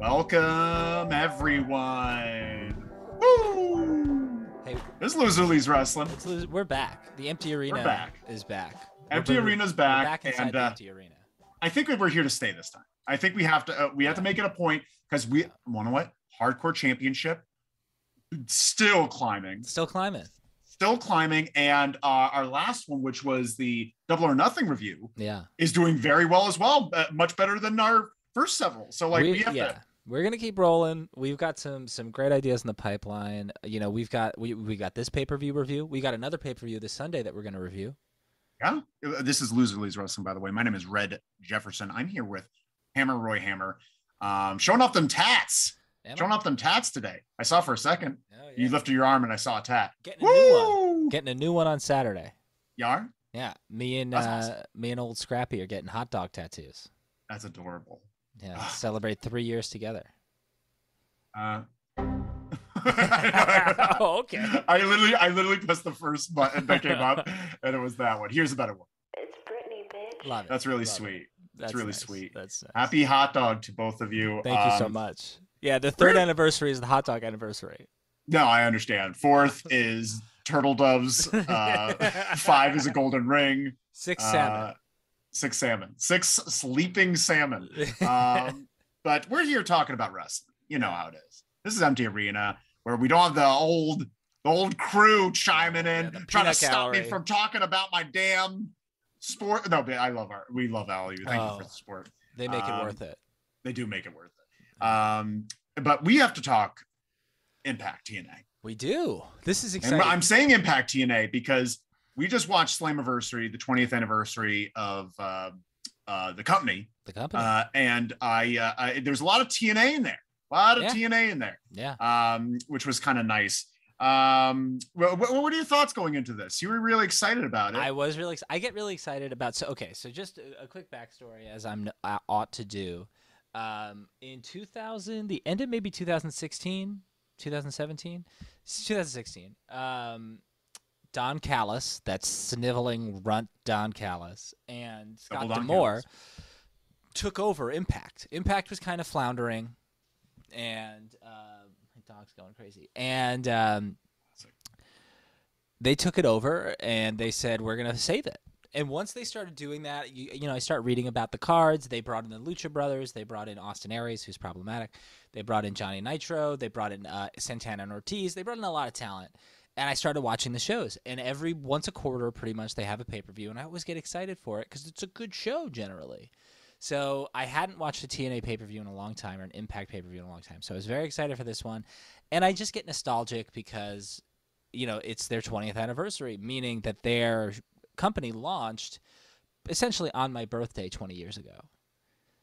Welcome, everyone. Woo! Hey, This is Lozuli's Wrestling. let's lose- we're back. The empty arena back. is back. Empty We're- Arena's we're back, back inside and, the uh, empty arena. I think we we're here to stay this time. I think we have to uh, we have to make it a point because we want to what hardcore championship still climbing, Still climbing. still climbing, and uh, our last one, which was the Double or Nothing review, Yeah. is doing very well as well, uh, much better than our first several. So like we, have yeah. to We're gonna keep rolling. We've got some some great ideas in the pipeline. You know, we've got we we got this pay per view review. We got another pay per view this Sunday that we're gonna review. yeah. Uh, This is Loserly's Wrestling, by the way. My name is Red Jefferson. I'm here with Hammer Roy Hammer, um, showing off them tats, Am showing I- off them tats today. I saw for a second Oh, yeah. you lifted your arm and I saw a tat. getting a new one. Woo! Getting a new one on Saturday. Yarn. Yeah. Me and uh, That's awesome. me and old Scrappy are getting hot dog tattoos. That's adorable. Yeah. let's celebrate three years together. Uh, I oh, okay. literally, I literally pressed the first button that came up, and it was that one. Here's a better one. It's Britney, bitch. Love it. That's really Love it. sweet. That's really nice. sweet. That's nice. Happy hot dog to both of you. Thank you so Um, much. Yeah, the third really- anniversary is the hot dog anniversary. No, I understand. Fourth is turtle doves. Uh, five is a golden ring. Six Uh, six salmon. Six sleeping salmon. um, but we're here talking about wrestling. You know how it is. This is empty arena where we don't have the old the old crew chiming Yeah, in, the trying to peanut stop me gallery. from talking about my damn sport. No, but I love our we love value. Thank you Oh. for the sport. they make um, it worth it. They do make it worth it. Um, but we have to talk impact TNA. We do. This is And exciting. I'm saying impact TNA because we just watched Slammiversary, the 20th anniversary of uh, uh, the company. the company. Uh, and I, uh, I there's a lot of TNA in there, a lot of Yeah. TNA in there, yeah. um, which was kind of nice. Um, what, what were your thoughts going into this? You were really excited about it. I was really. Ex- I get really excited about. So okay. So just a, a quick backstory, as I'm I ought to do. Um, in 2000, the end of maybe 2016, 2017, 2016. Um, Don Callis, that sniveling runt Don Callis, and Scott Double Don Demore Callis. took over Impact. Impact was kind of floundering, and uh, my dog's going crazy. And um, they took it over and they said we're gonna save it. And once they started doing that, you, you know, I start reading about the cards. They brought in the Lucha Brothers. They brought in Austin Aries, who's problematic. They brought in Johnny Nitro. They brought in uh, Santana and Ortiz. They brought in a lot of talent. And I started watching the shows. And every once a quarter, pretty much, they have a pay per view. And I always get excited for it because it's a good show generally. So I hadn't watched a TNA pay per view in a long time or an Impact pay per view in a long time. So I was very excited for this one. And I just get nostalgic because, you know, it's their 20th anniversary, meaning that their company launched essentially on my birthday 20 years ago.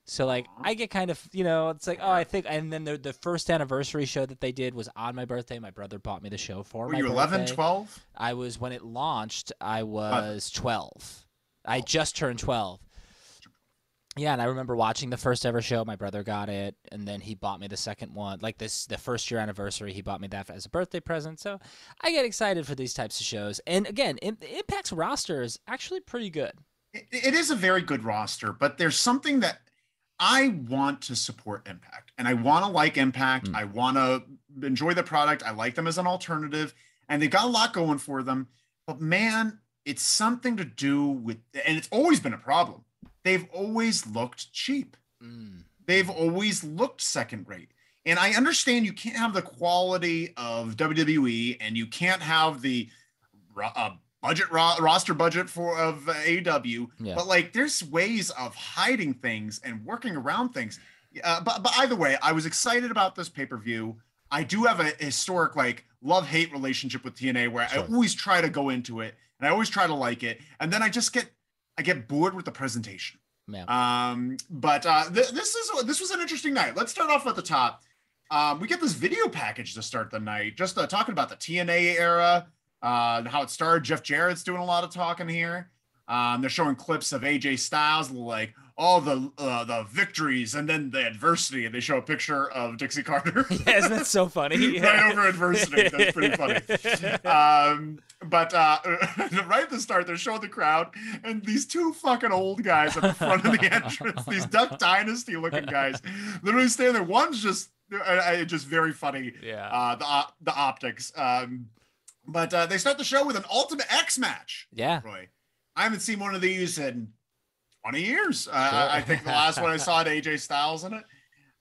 So like I get kind of you know it's like oh I think and then the the first anniversary show that they did was on my birthday my brother bought me the show for were my you 11, birthday. 12? I was when it launched. I was twelve. I just turned twelve. Yeah, and I remember watching the first ever show. My brother got it, and then he bought me the second one. Like this, the first year anniversary, he bought me that as a birthday present. So I get excited for these types of shows. And again, Im- the Impact's roster is actually pretty good. It, it is a very good roster, but there's something that I want to support Impact and I want to like Impact. Mm. I want to enjoy the product. I like them as an alternative and they've got a lot going for them. But man, it's something to do with, and it's always been a problem. They've always looked cheap, Mm. they've always looked second rate. And I understand you can't have the quality of WWE and you can't have the ro- uh, budget ro- roster budget for of uh, AW, Yeah. but like there's ways of hiding things and working around things. Uh, but, but either way, I was excited about this pay per view. I do have a historic like love hate relationship with TNA where Sure. I always try to go into it and I always try to like it, and then I just get I get bored with the presentation. Yeah. Um, but uh, th- this is this was an interesting night. Let's start off at the top. Um, we get this video package to start the night, just uh, talking about the TNA era, uh, and how it started. Jeff Jarrett's doing a lot of talking here. Um, they're showing clips of AJ Styles, like all the uh, the victories and then the adversity, and they show a picture of Dixie Carter. yeah, isn't that so funny? Yeah. right over adversity. That's pretty funny. Um, but uh, right at the start, they're showing the crowd, and these two fucking old guys at the front of the entrance, these Duck Dynasty looking guys, literally standing there. One's just uh, just very funny. Yeah. Uh, the op- the optics. Um, but uh, they start the show with an Ultimate X match. Yeah. Roy, I haven't seen one of these in 20 years. Uh, I- I think the last one I saw had AJ Styles in it.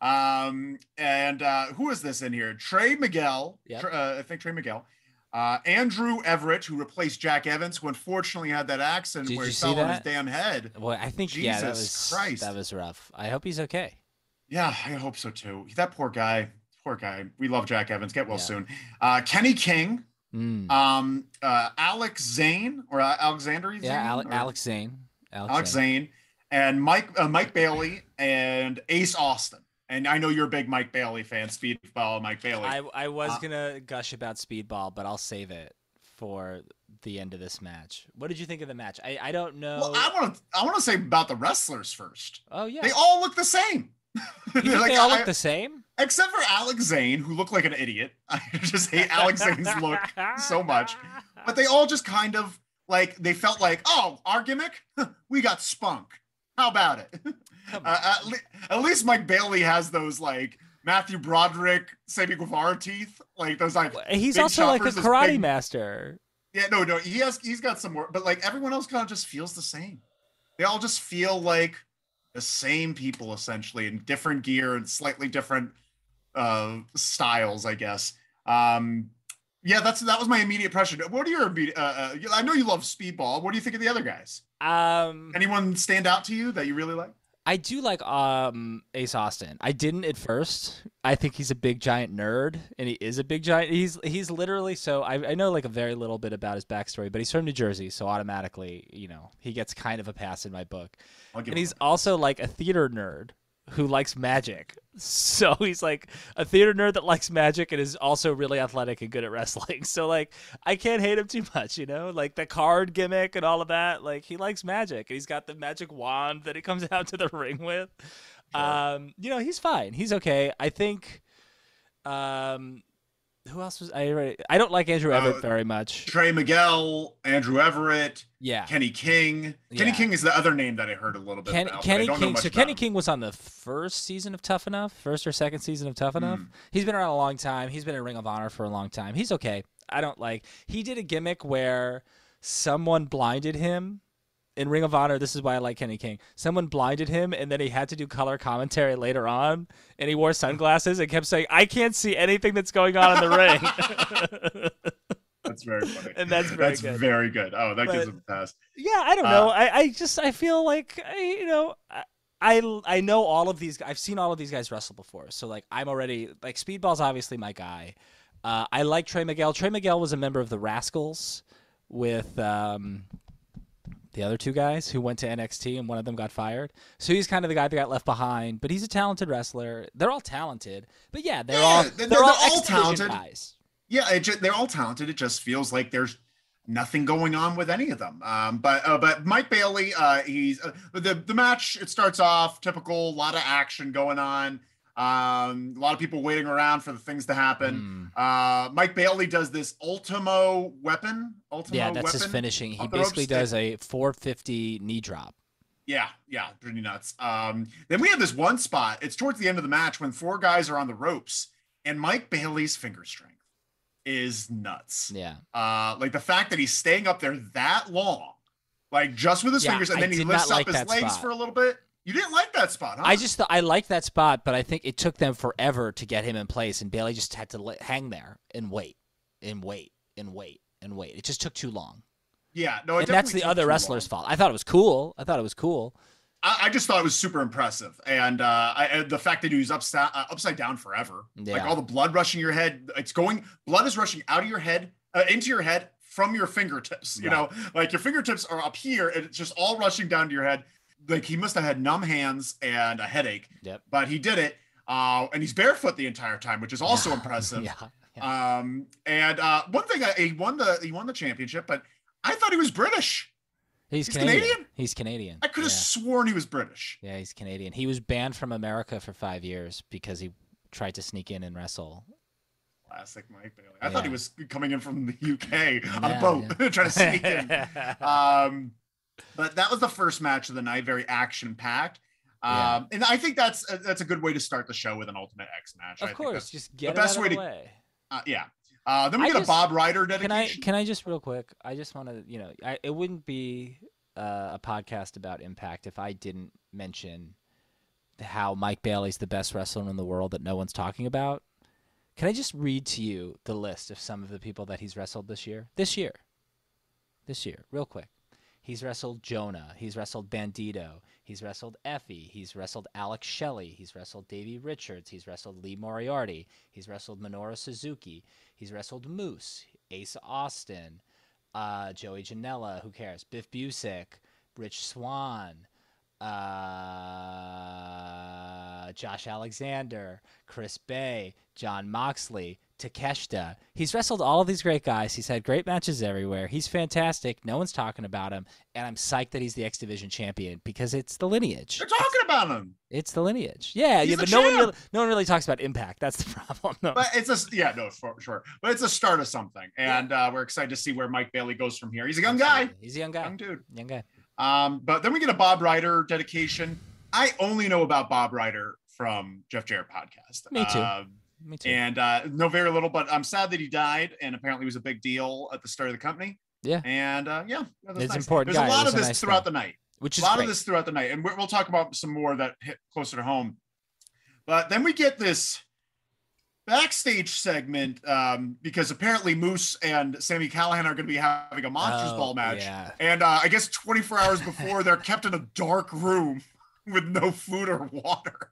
Um, and uh, who is this in here? Trey Miguel. Yep. Tr- uh, I think Trey Miguel. Uh, Andrew Everett, who replaced Jack Evans, who unfortunately had that accident Did where you he see fell on his that? damn head. Well, I think yeah, that Jesus was Christ. that was rough. I hope he's okay. Yeah, I hope so too. That poor guy. Poor guy. We love Jack Evans. Get well Yeah. soon. Uh, Kenny King, Mm. um, uh, Alex Zane or uh, Alexander Zane? yeah, Ale- or- Alex Zane. Alex, Alex Zane. Zane, and Mike uh, Mike Bailey and Ace Austin. And I know you're a big Mike Bailey fan, Speedball Mike Bailey. I I was Uh, gonna gush about Speedball, but I'll save it for the end of this match. What did you think of the match? I, I don't know. well, I want to I want to say about the wrestlers first. oh yeah, They all look the same. you think Like, they all I- look the same. except for Alex Zane, who looked like an idiot. I just hate Alex Zane's look. so much, But they all just kind of like they felt like, oh, our gimmick, we got spunk. How about it? Come Uh, at, le- at least Mike Bailey has those like Matthew Broderick, Sammy Guevara teeth, like those like Well, He's Big also like a Chopper's this karate big- master. Yeah, no, no, he has he's got some more, but like everyone else kind of just feels the same. They all just feel like the same people essentially in different gear and slightly different uh styles, I guess. Um yeah, that's that was my immediate impression. What are your immediate- uh, uh, I know you love speedball. What do you think of the other guys? Um, Anyone stand out to you that you really like? I do like um Ace Austin. I didn't at first. I think he's a big giant nerd, and he is a big giant. He's he's literally so I, I know like a very little bit about his backstory, but he's from New Jersey, so automatically you know he gets kind of a pass in my book. I'll give And it he's also like a theater nerd who likes magic. So he's like a theater nerd that likes magic and is also really athletic and good at wrestling. So like I can't hate him too much, you know? Like the card gimmick and all of that. Like he likes magic and he's got the magic wand that he comes out to the ring with. Sure. Um, you know, he's fine. He's okay. I think um who else was I already, I don't like Andrew Uh, Everett very much. Trey Miguel, Andrew Everett, Yeah. Kenny King. Kenny Yeah. King is the other name that I heard a little bit Ken, about. but I Kenny don't know King. much So about Kenny him. King was on the first season of Tough Enough, first or second season of Hmm. Tough Enough. He's been around a long time. He's been in Ring of Honor for a long time. He's okay. I don't like. He did a gimmick where someone blinded him in Ring of Honor. This is why I like Kenny King. Someone blinded him, and then he had to do color commentary later on. And he wore sunglasses and kept saying, "I can't see anything that's going on in the ring." That's very funny. And that's very that's good. very good. Oh, that gives But- him a pass. Yeah, I don't Uh, know. I, I just I feel like I, you know I, I I know all of these. I've seen all of these guys wrestle before, so like I'm already like Speedball's obviously my guy. Uh, I like Trey Miguel. Trey Miguel was a member of the Rascals with um, the other two guys who went to NXT, and one of them got fired. So he's kind of the guy that got left behind. But he's a talented wrestler. They're all talented, but yeah, they're Yeah, all they're- they're, they're all, all X Division talented. guys. Yeah, it just, they're all talented. It just feels like there's nothing going on with any of them. Um, but uh, but Mike Bailey, uh, he's uh, the the match. It starts off typical, a lot of action going on. Um, a lot of people waiting around for the things to happen. Mm. Uh, Mike Bailey does this Ultimo weapon. Ultimo Yeah, that's his weapon? finishing. He off the ropes, basically it- does a 450 knee drop. Yeah, yeah, pretty nuts. Um, then we have this one spot. It's towards the end of the match when four guys are on the ropes, and Mike Bailey's finger strength is nuts. Yeah. Uh, like the fact that he's staying up there that long, like just with his Yeah, fingers, and I then he did lifts not up like his that legs spot. for a little bit. You didn't like that spot, huh? I just th- I liked that spot, but I think it took them forever to get him in place, and Bailey just had to li- hang there and wait, and wait, and wait, and wait. It just took too long, yeah, no, Oh, it and that's definitely the took too other long. wrestler's fault. I thought it was cool. I thought it was cool. I, I just thought it was super impressive, and uh, I, and the fact that he was upside uh, upside down forever, like Yeah. all the blood rushing your head, it's going blood is rushing out of your head uh, into your head from your fingertips. You know, like your fingertips are up here, and it's just all rushing down to your head. Like he must have had numb hands and a headache, Yep. but he did it, uh, and he's barefoot the entire time, which is also impressive. yeah. yeah. Um, and uh, one thing I, he won the he won the championship, but I thought he was British. He's, He's Canadian. Canadian? He's Canadian. I could have yeah. sworn he was British. Yeah, he's Canadian. He was banned from America for five years because he tried to sneak in and wrestle. Classic Mike Bailey. I thought he Yeah. was coming in from the UK on Yeah, a boat, trying to sneak in. um, but that was the first match of the night, very action packed. Um, Yeah. And I think that's uh, that's a good way to start the show with an Ultimate X match. I of think course, that's- just get it best out way of the to- way. uh, yeah. Uh, then we I get just- a Bob Ryder Can I dedication. can I just real quick? I just want to you know I, it wouldn't be uh, a podcast about Impact if I didn't mention how Mike Bailey's the best wrestler in the world that no one's talking about. Can I just read to you the list of some of the people that he's wrestled this year? This year, this year, real quick. He's wrestled Jonah. He's wrestled Bandito. He's wrestled Effie. He's wrestled Alex Shelley. He's wrestled Davey Richards. He's wrestled Lee Moriarty. He's wrestled Minoru Suzuki. He's wrestled Moose, Ace Austin, uh, Joey Janela, who cares? Biff Busick, Rich Swan, uh, Josh Alexander, Chris Bay, John Moxley, Takeshita. He's wrestled all of these great guys. He's had great matches everywhere. He's fantastic. No one's talking about him. And I'm psyched that he's the X Division champion because it's the lineage. They're talking about him, It's the lineage. Yeah, He's yeah, the but no one, champ. really, no one really talks about impact. That's the problem. No. but it's a yeah no for sure, but it's a start of something, and uh, we're excited to see where Mike Bailey goes from here. He's a young guy, Absolutely. He's a young guy. young dude. Young guy. Um, but then we get a Bob Ryder dedication. I only know about Bob Ryder from Jeff Jarrett podcast. Me too. Um, Me too. and uh, know very little. But I'm sad that he died, and apparently was a big deal at the start of the company. Yeah. and uh, yeah, that was It's nice. important There's guy. a It lot was of a this nice throughout guy. the night. Which A is lot great. of this throughout the night, and we- we'll talk about some more that hit closer to home. But then we get this backstage segment um, because apparently Moose and Sammy Callahan are going to be having a Monsters Oh, Ball match. Yeah. And uh, I guess 24 hours before, they're kept in a dark room with no food or water.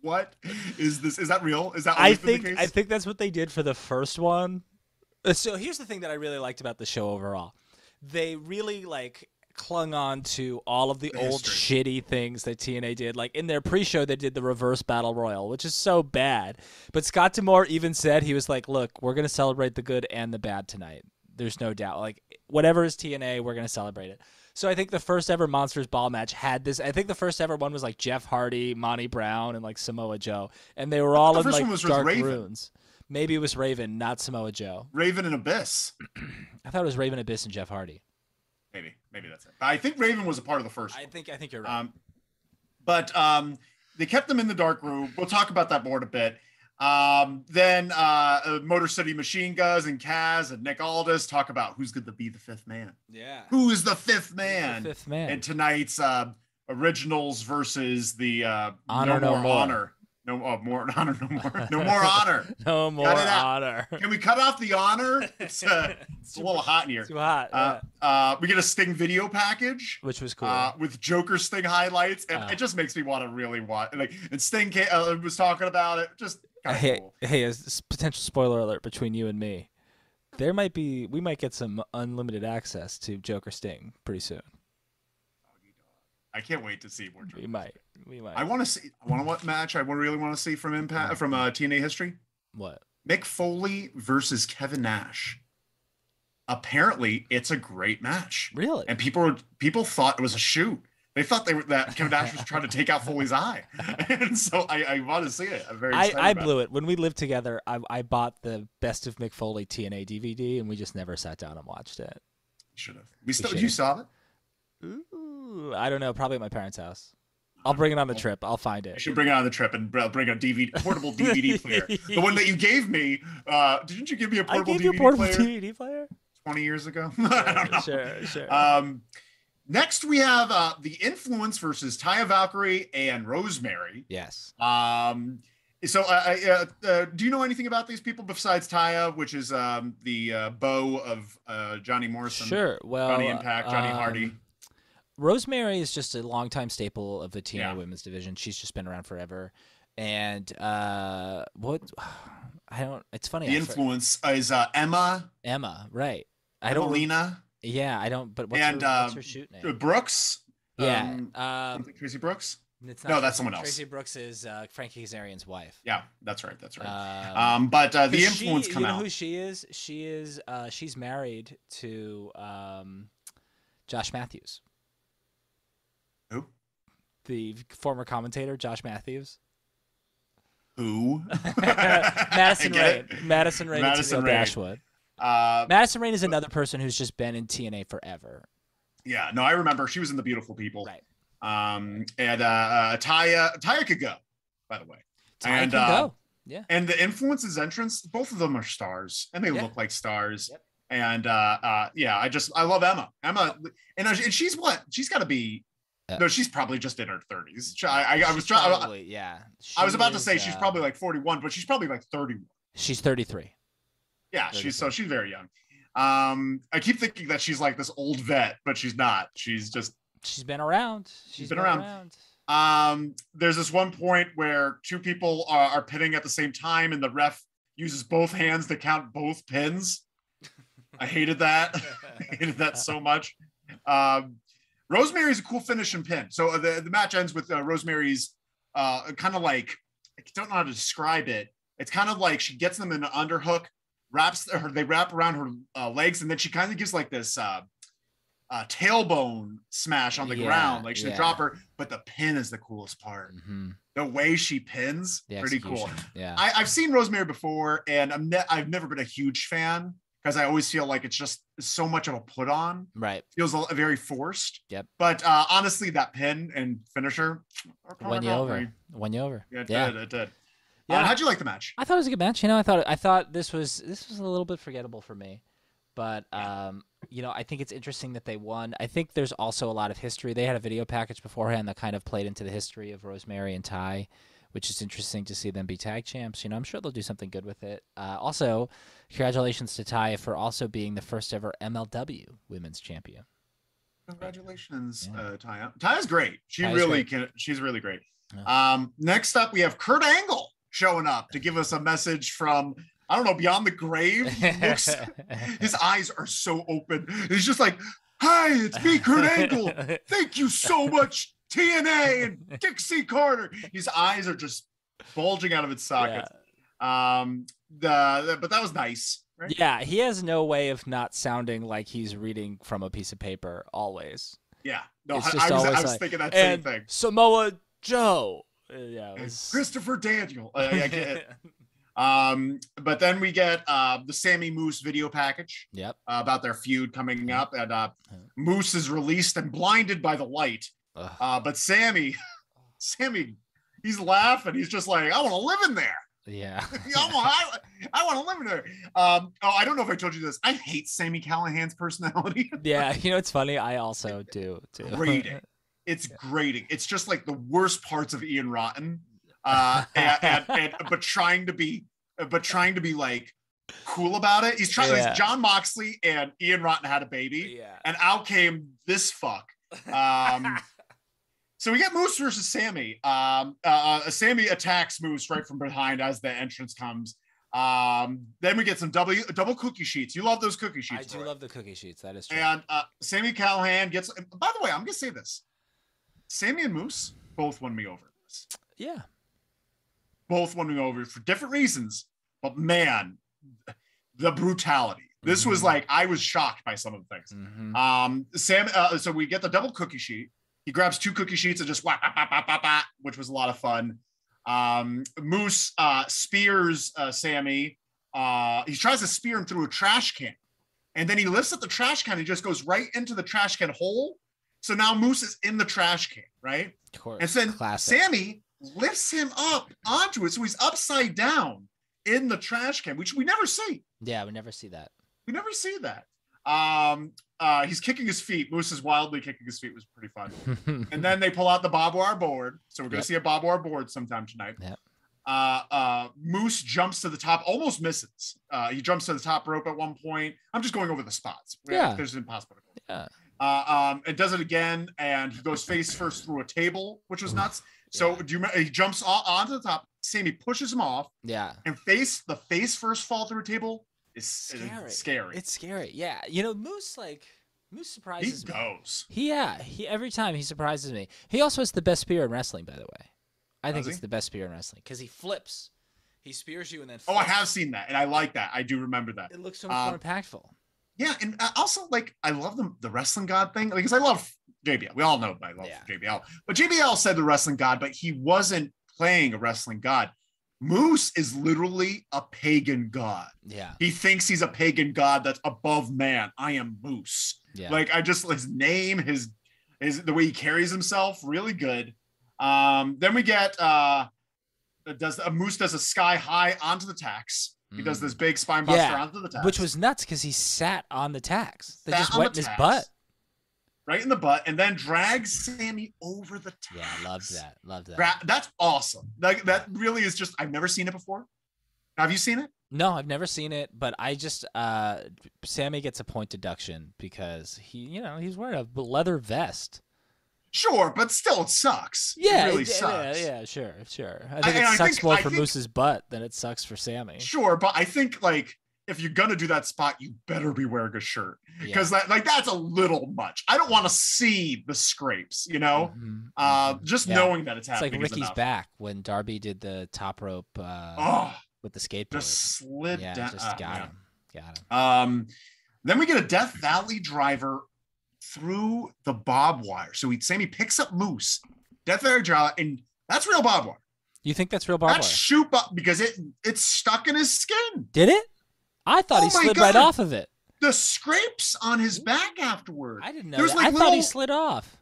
What is this? Is that real? Is that I always been think the case? I think that's what they did for the first one. Uh, So here's the thing that I really liked about the show overall. They really like clung on to all of the, The old shitty things that TNA did. Like in their pre-show they did the reverse battle royal, which is so bad. But Scott Demore even said he was like, "Look, we're going to celebrate the good and the bad tonight. There's no doubt. Like whatever is TNA, we're going to celebrate it." So I think the first ever Monsters Ball match had this. I think the first ever one was like Jeff Hardy, Monty Brown, and like Samoa Joe, and they were all the in first like one was with dark Raven. rooms. Maybe it was Raven, not Samoa Joe. Raven and Abyss. I thought it was Raven Abyss and Jeff Hardy. Maybe, maybe that's it. I think Raven was a part of the first. I one. think I think you're right. Um, but um, they kept them in the dark room. We'll talk about that more in a bit. Um, then uh, uh, Motor City Machine Guns and Kaz and Nick Aldis talk about who's going to be the fifth man. yeah. Who is the fifth man? Fifth man. and tonight's uh, originals versus the uh, no Honor, no more, more. honor, no uh, more honor, no more, no more honor. no more it out. honor. Can we cut off the honor? It's, uh, it's a little hot in here. Too hot. Uh, yeah. uh, we get a Sting video package. Which was cool. Uh, with Joker Sting highlights, and Uh. it just makes me want to really watch. Like, and Sting ca- uh, was talking about it, just kind of hey, cool. hey, a s- potential spoiler alert between you and me. There might be we might get some unlimited access to Joker Sting pretty soon. I can't wait to see more. Joker. We might. We might. I want to see. I want to what match I really want to see from Impact from uh, TNA history. what? Mick Foley versus Kevin Nash. Apparently, it's a great match, Really? and people were- people thought it was a shoot. They thought they were that Kevin Nash was trying to take out Foley's eye, and so I, I want to see it. I'm very I, excited I about blew it. When we lived together, I, I bought the Best of McFoley TNA DVD, and we just never sat down and watched it. Should have. We still. should've. you saw it. Ooh, I don't know. Probably at my parents' house. I'll bring it on the trip. I'll find Oh. I it. should bring it on the trip and br- bring a DVD portable DVD player. The one that you gave me. Uh, didn't you give me a I portable gave DVD you a portable player DVD player. 20 years ago? I don't know. Sure, sure. Um, next, we have uh, the Influence versus Taya Valkyrie and Rosemary. yes. Um, so, uh, uh, uh, do you know anything about these people besides Taya, which is um, the uh, beau of uh, Johnny Morrison? Sure. Well, Johnny Impact, Johnny um, Hardy. Rosemary is just a longtime staple of the TNA Yeah. women's division. She's just been around forever. And uh, what? I don't. It's funny. the I for- Influence is uh, Emma, Emma, right? I don't. Emelina, Yeah, I don't. But what's, And, her, what's um, her shoot name? uh, Brooks. Yeah. um, Um, Tracy Brooks. it's no, that's someone Tracy Brooks is uh, Frankie Kazarian's wife. Yeah, that's right. That's right. Um, Um, but uh, the 'cause Influence she, come you know out. who she is? She is. Uh, she's married to um, Josh Matthews. the former commentator Josh Matthews. Who? Madison Get Rain. it? Madison Rain. Madison and Tennille Rain. Dashwood. Uh, Madison Rain is another person who's just been in TNA forever. yeah, no, I remember she was in the Beautiful People. Right. Um, and uh, uh, Taya, Taya could go, by the way. Time And, can uh, go. Yeah. And the influences entrance, both of them are stars, and they Yeah. look like stars. Yep. And uh, uh, yeah, I just I love Emma. Emma, Oh. and, I- and she's what she's got to be. Uh, no, she's probably just in her thirties. I, I, I She's was trying. I, probably- yeah. I was She about to is, say she's uh, probably like forty-one, but she's probably like thirty-one. She's 33. Yeah, Very she's so she's very young. Um, I keep thinking that she's like this old vet, but she's not. She's just She's been around. she's been been around. around. um there's this one point where two people uh, are, are pitting at the same time and the ref uses both hands to count both pins. I hated that. I hated that so much. Um Rosemary's a cool finish and pin. So the, the match ends with uh, Rosemary's uh kind of like I don't know how to describe it. It's kind of like she gets them in an underhook, wraps her, they wrap around her uh, legs, and then she kind of gives like this uh, uh, tailbone smash on the Yeah, ground, like she's yeah. a dropper. But the pin is the coolest part. Mhm. The way she pins, The pretty cool. execution. Yeah. I, I've seen Rosemary before, and I'm ne- I've never been a huge fan because I always feel like it's just so much of a put on. right. Feels a, very forced. Yep. But uh, honestly, that pin and finisher are probably Won you about over. right. Won you over. Yeah, it yeah. did. It did. Yeah. Uh, how'd you like the match? I thought it was a good match. You know, I thought I thought this was this was a little bit forgettable for me, but um, you know, I think it's interesting that they won. I think there's also a lot of history. They had a video package beforehand that kind of played into the history of Rosemary and Ty, which is interesting to see them be tag champs. You know, I'm sure they'll do something good with it. Uh, also, congratulations to Ty for also being the first ever MLW Women's Champion. Congratulations, Yeah. uh, Taya. Taya's great. She Taya's really great. can. She's really great. Um, next up, we have Kurt Angle showing up to give us a message from I don't know beyond the grave. He looks, his eyes are so open. He's just like, "Hi, it's me, Kurt Angle. Thank you so much, TNA and Dixie Carter." His eyes are just bulging out of its Yeah. sockets. Um, the but that was nice. Right? yeah, he has no way of not sounding like he's reading from a piece of paper always. Yeah. No, I, It's I was, just I always was like, thinking that same and thing. Samoa Joe. Uh, yeah, it And was- Christopher Daniel. Uh, I get it. Um, but then we get uh, the Sammy Moose video package yep. uh, about their feud coming up, and uh, Yeah. Uh-huh. Moose is released and blinded by the light. Ugh. Uh, but Sammy, Sammy, he's laughing. He's just like, "I want to live in there. yeah. I want, I, I want to live in there." Um, oh, I don't know if I told you this. I hate Sammy Callahan's personality. yeah, you know it's funny. I also do too. Grating. It's grating. It's just like the worst parts of Ian Rotten. Uh, and, and, and but trying to be, but trying to be like cool about it. He's trying. Yeah. John Moxley and Ian Rotten had a baby, yeah. and out came this fuck. Um, so we get Moose versus Sammy. Um, uh, uh, Sammy attacks Moose right from behind as the entrance comes. Um, then we get some double double cookie sheets. You love those cookie sheets. I do Roy. love the cookie sheets. That is true. And uh, Sammy Callahan gets. and By the way, I'm gonna say this: Sammy and Moose both won me over. in this. yeah. Both won me over for different reasons, but man, the brutality. This was Mhm. like I was shocked by some of the things. Mhm. Um, Sam. Uh, so we get the double cookie sheet. He grabs two cookie sheets and just whack, whack, whack, whack, whack, whack, which was a lot of fun. Um, Moose uh, spears uh, Sammy. Uh, he tries to spear him through a trash can, and then he lifts up the trash can and just goes right into the trash can hole. So now Moose is in the trash can, right? Of course. And then classic. Sammy lifts him up onto it, so he's upside down in the trash can, which we never see. yeah, we never see that. We never see that. Um, uh, he's kicking his feet. Moose is wildly kicking his feet. It was pretty fun. And then they pull out the barbed wire board. So we're gonna Yep. see a barbed wire board sometime tonight. Yep. Uh, uh, Moose jumps to the top, almost misses. Uh, he jumps to the top rope at one point. I'm just going over the spots. We- Yeah. There's impossible. to go. Yeah. Uh, um, and does it again, and he goes face first through a table, which was nuts. So Yeah. do you? remember- He jumps o- onto the top. Sammy pushes him off, yeah. and face the face first fall through a table is Scary. Is scary. It's scary. Yeah. You know, Moose like Moose he surprises me. goes. He yeah, he every time he surprises me. He also has the best spear in wrestling, by the way. I think Does it's he? the best spear in wrestling because he flips. He spears you and then. Oh, I flips. have Uh, seen that, and I like that. I do remember that. It looks so much more impactful. Yeah, and uh, also like I love the the wrestling god thing because I love JBL. We all know by love yeah. JBL. But JBL said the wrestling god, but he wasn't playing a wrestling god. Moose is literally a pagan god. Yeah. He thinks he's a pagan god that's above man. I am Moose. Yeah. Like I just his name, his is the way he carries himself, really good. Um, then we get uh does a moose does a sky high onto the tax. He does this big spine buster yeah, onto the tax. Mm. Which was nuts because he sat on the tax. They sat just went the in tax, his butt. Right in the butt, and then drags Sammy over the tax. Yeah, loved that. Loved that. Gra- that's awesome. Like that really is just I've never seen it before. Have you seen it? No, I've never seen it, but I just uh Sammy gets a point deduction because he, you know, he's wearing a leather vest. Sure, but still, it sucks. Yeah, it really it, sucks. Yeah, yeah, sure, sure. I think I, it I sucks think, more I for think, Moose's butt than it sucks for Sammy. Sure, but I think like if you're gonna do that spot, you better be wearing a shirt because yeah. that, like that's a little much. I don't want to see the scrapes, you know. Mm-hmm. Uh, just yeah. knowing that it's happening. It's like Ricky's enough. back when Darby did the top rope uh, oh, with the skateboard. Just slid yeah, down. Just got uh, him. Got him. Um, then we get a Death Valley driver through the bob wire. So he Sammy picks up Moose, Death Valley Driver, and that's real bob wire. You think that's real bob that's wire? shoot bob because it it's stuck in his skin. Did it? I thought oh he slid God. right off of it. The scrapes on his back afterward. I didn't know. Like I little, thought he slid off.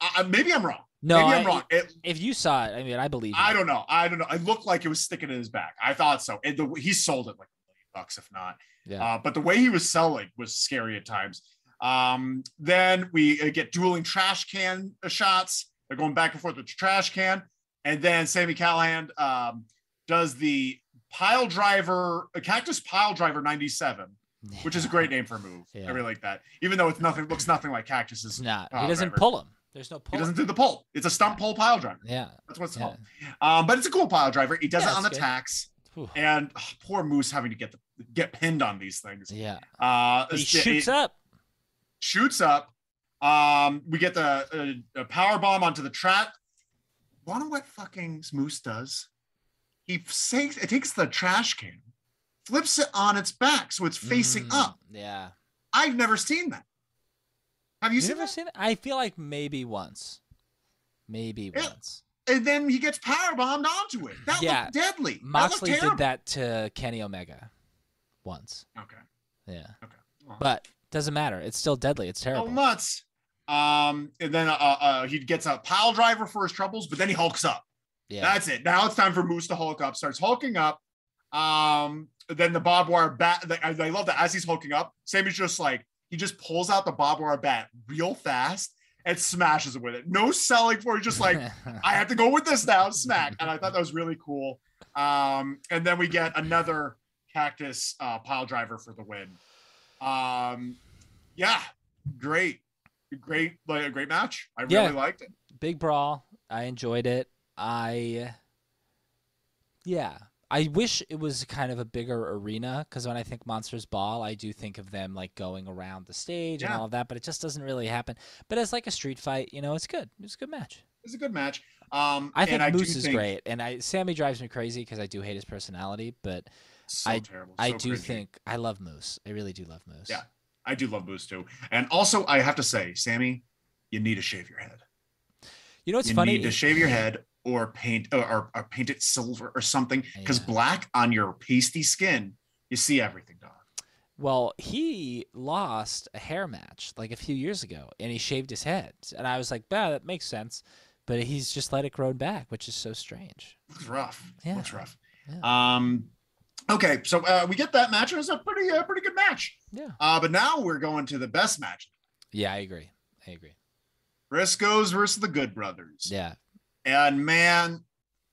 Uh, maybe I'm wrong. No, maybe I, am wrong. It, if you saw it, I mean, I believe. You. I don't know. I don't know. It looked like it was sticking in his back. I thought so. And the, he sold it like a million bucks, if not. Yeah. Uh, but the way he was selling was scary at times. Um, then we uh, get dueling trash can uh, shots. They're going back and forth with the trash can. And then Sammy Callahan um, does the pile driver, uh, cactus pile driver 97, yeah. which is a great name for a move. Yeah. I really like that. Even though it's nothing, looks nothing like cactuses. Nah, he doesn't driver. pull him. There's no pull. Oh, He doesn't do the pull. It's a stump pole pile driver. Yeah. That's what it's yeah. called. Um, but it's a cool pile driver. He does it on the good. tax. Whew. And oh, poor Moose having to get the, get pinned on these things. Yeah. Uh, he shoots it, up shoots up. Um, we get the uh, power bomb onto the trap. Wanna what fucking Moose does? He takes it takes the trash can, flips it on its back so it's facing mm, up. Yeah, I've never seen that. Have you, you seen never that? seen? It? I feel like maybe once, maybe yeah. once. And then he gets power bombed onto it. That yeah. looked deadly. Moxley that did that to Kenny Omega once. Okay. Yeah. Okay. Well, but doesn't matter. It's still deadly. It's terrible. Oh, nuts. Um, and then uh, uh, he gets a pile driver for his troubles, but then he hulks up. Yeah. That's it. Now it's time for Moose to hulk up. Starts hulking up. Um, then the barbed wire bat. The, I, I, love that as he's hulking up, Sammy's just like he just pulls out the barbed wire bat real fast and smashes it with it. No selling for. It. He's just like, I have to go with this now. Smack. And I thought that was really cool. Um, and then we get another cactus uh, pile driver for the win um yeah great great like a great match i really yeah. liked it big brawl i enjoyed it i yeah i wish it was kind of a bigger arena because when i think monsters ball i do think of them like going around the stage yeah. and all of that but it just doesn't really happen but it's like a street fight you know it's good it's a good match it's a good match um i think I moose is think... great and i sammy drives me crazy because i do hate his personality but so I, terrible. I so do cringy. think I love Moose. I really do love Moose. Yeah, I do love Moose too. And also, I have to say, Sammy, you need to shave your head. You know what's you funny? You need to shave your head or paint or, or paint it silver or something because yeah. black on your pasty skin, you see everything, dog. Well, he lost a hair match like a few years ago, and he shaved his head, and I was like, "Yeah, that makes sense." But he's just let it grow back, which is so strange. It's rough. Yeah, looks rough. Yeah. Um, Okay, so uh, we get that match. It was a pretty, uh, pretty good match. Yeah. Uh, but now we're going to the best match. Yeah, I agree. I agree. Briscoes versus the Good Brothers. Yeah. And man,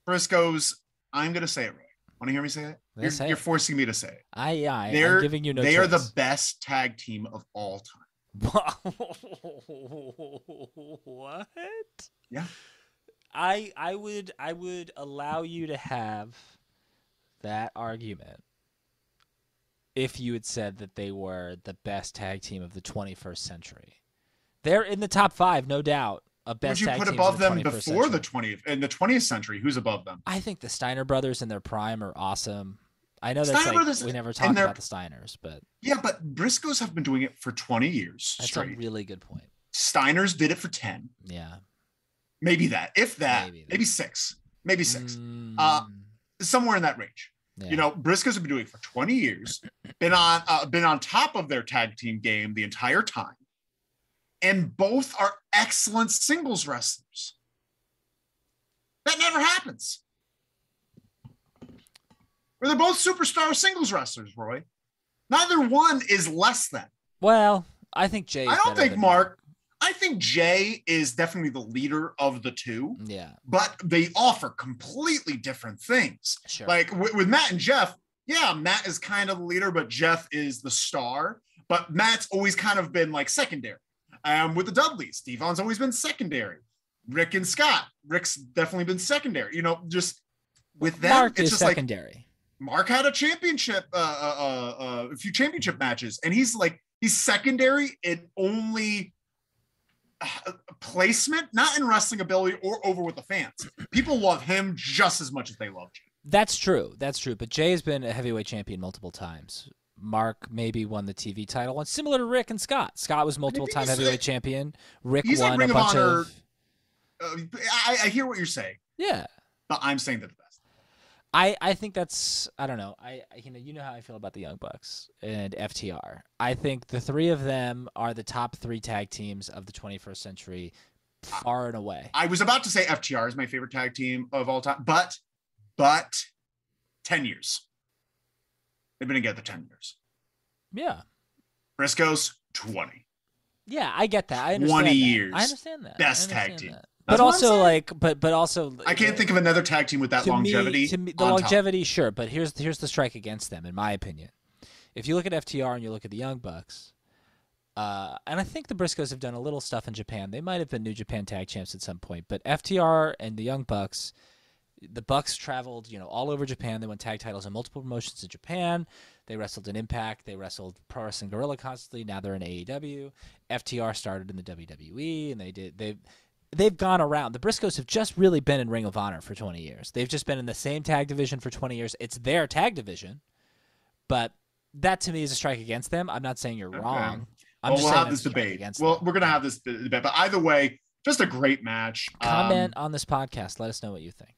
Briscoes, I'm gonna say it right. Want to hear me say it? You're, say you're it. forcing me to say it. I, yeah, I, they're, I'm giving you no. They choice. are the best tag team of all time. what? Yeah. I I would I would allow you to have that argument if you had said that they were the best tag team of the 21st century. They're in the top five, no doubt. A best Would you put above the them before century. the 20th in the 20th century? Who's above them? I think the Steiner brothers in their prime are awesome. I know that's Steiner like, we never talk about the Steiners, but yeah, but Briscoes have been doing it for 20 years that's straight. a really good point. Steiner's did it for 10. Yeah. Maybe that, if that, Maybe maybe, that. six, maybe six, Mm, Uh, somewhere in that range. yeah. You know, Briscoes have been doing it for 20 years, been on uh, been on top of their tag team game the entire time. And both are excellent singles wrestlers. That never happens. Where they're both superstar singles wrestlers, Roy. Neither one is less than. Well, I think Jay. is I don't better think than Mark. I think Jay is definitely the leader of the two, him. Yeah. but they offer completely different things. Sure. Like with, with Matt and Jeff, yeah, Matt is kind of the leader, but Jeff is the star. But Matt's always kind of been like secondary. Um, with the Dudleys, Devon's always been secondary. Rick and Scott, Rick's definitely been secondary. You know, just with them, Mark it's is just like secondary. Mark had a championship, uh, uh, uh, uh, a few championship matches, and he's like he's secondary in only uh, placement, not in wrestling ability or over with the fans. People love him just as much as they love Jay. That's true. That's true. But Jay has been a heavyweight champion multiple times. Mark maybe won the TV title once, similar to Rick and Scott. Scott was multiple time he's like- heavyweight champion. Rick he's like won Ring a of bunch Honor- of Uh, I, I hear what you're saying, yeah. but I'm saying that the best. I, I think that's I don't know I I- you know you know how I feel about the Young Bucks and FTR. I think the three of them are the top three tag teams of the 21st century, far and away. I was about to say FTR is my favorite tag team of all time, but but ten years. They've been together ten years. Yeah, Briscoes twenty. yeah, I get that. I understand 20 that. years. I understand that. I Best tag understand team. that. That's But what I'm also saying. like, but but also I can't think of another tag team with that to longevity. Me, to me, the on top. longevity, sure, but here's here's the strike against them, in my opinion. If you look at FTR and you look at the Young Bucks, uh, and I think the Briscoes have done a little stuff in Japan. They might have been New Japan Tag Champs at some point, but FTR and the Young Bucks, the Bucks traveled, you know, all over Japan. They won tag titles in multiple promotions in Japan. They wrestled in Impact. They wrestled Pro Wrestling Gorilla constantly. Now they're in E AEW. FTR started in the WWE, and they did they they've gone around. The Briscoes have just really been in Ring of Honor for 20 years. They've just been in the same tag division for 20 years. It's their tag division, but that to me is a strike against them. I'm not saying you're Okay. wrong. I'm Well, just we'll saying have that's this a strike debate. Against Well, them. we're gonna have this d- debate, but either way, just a great match. Um, comment on this podcast. Let us know what you think.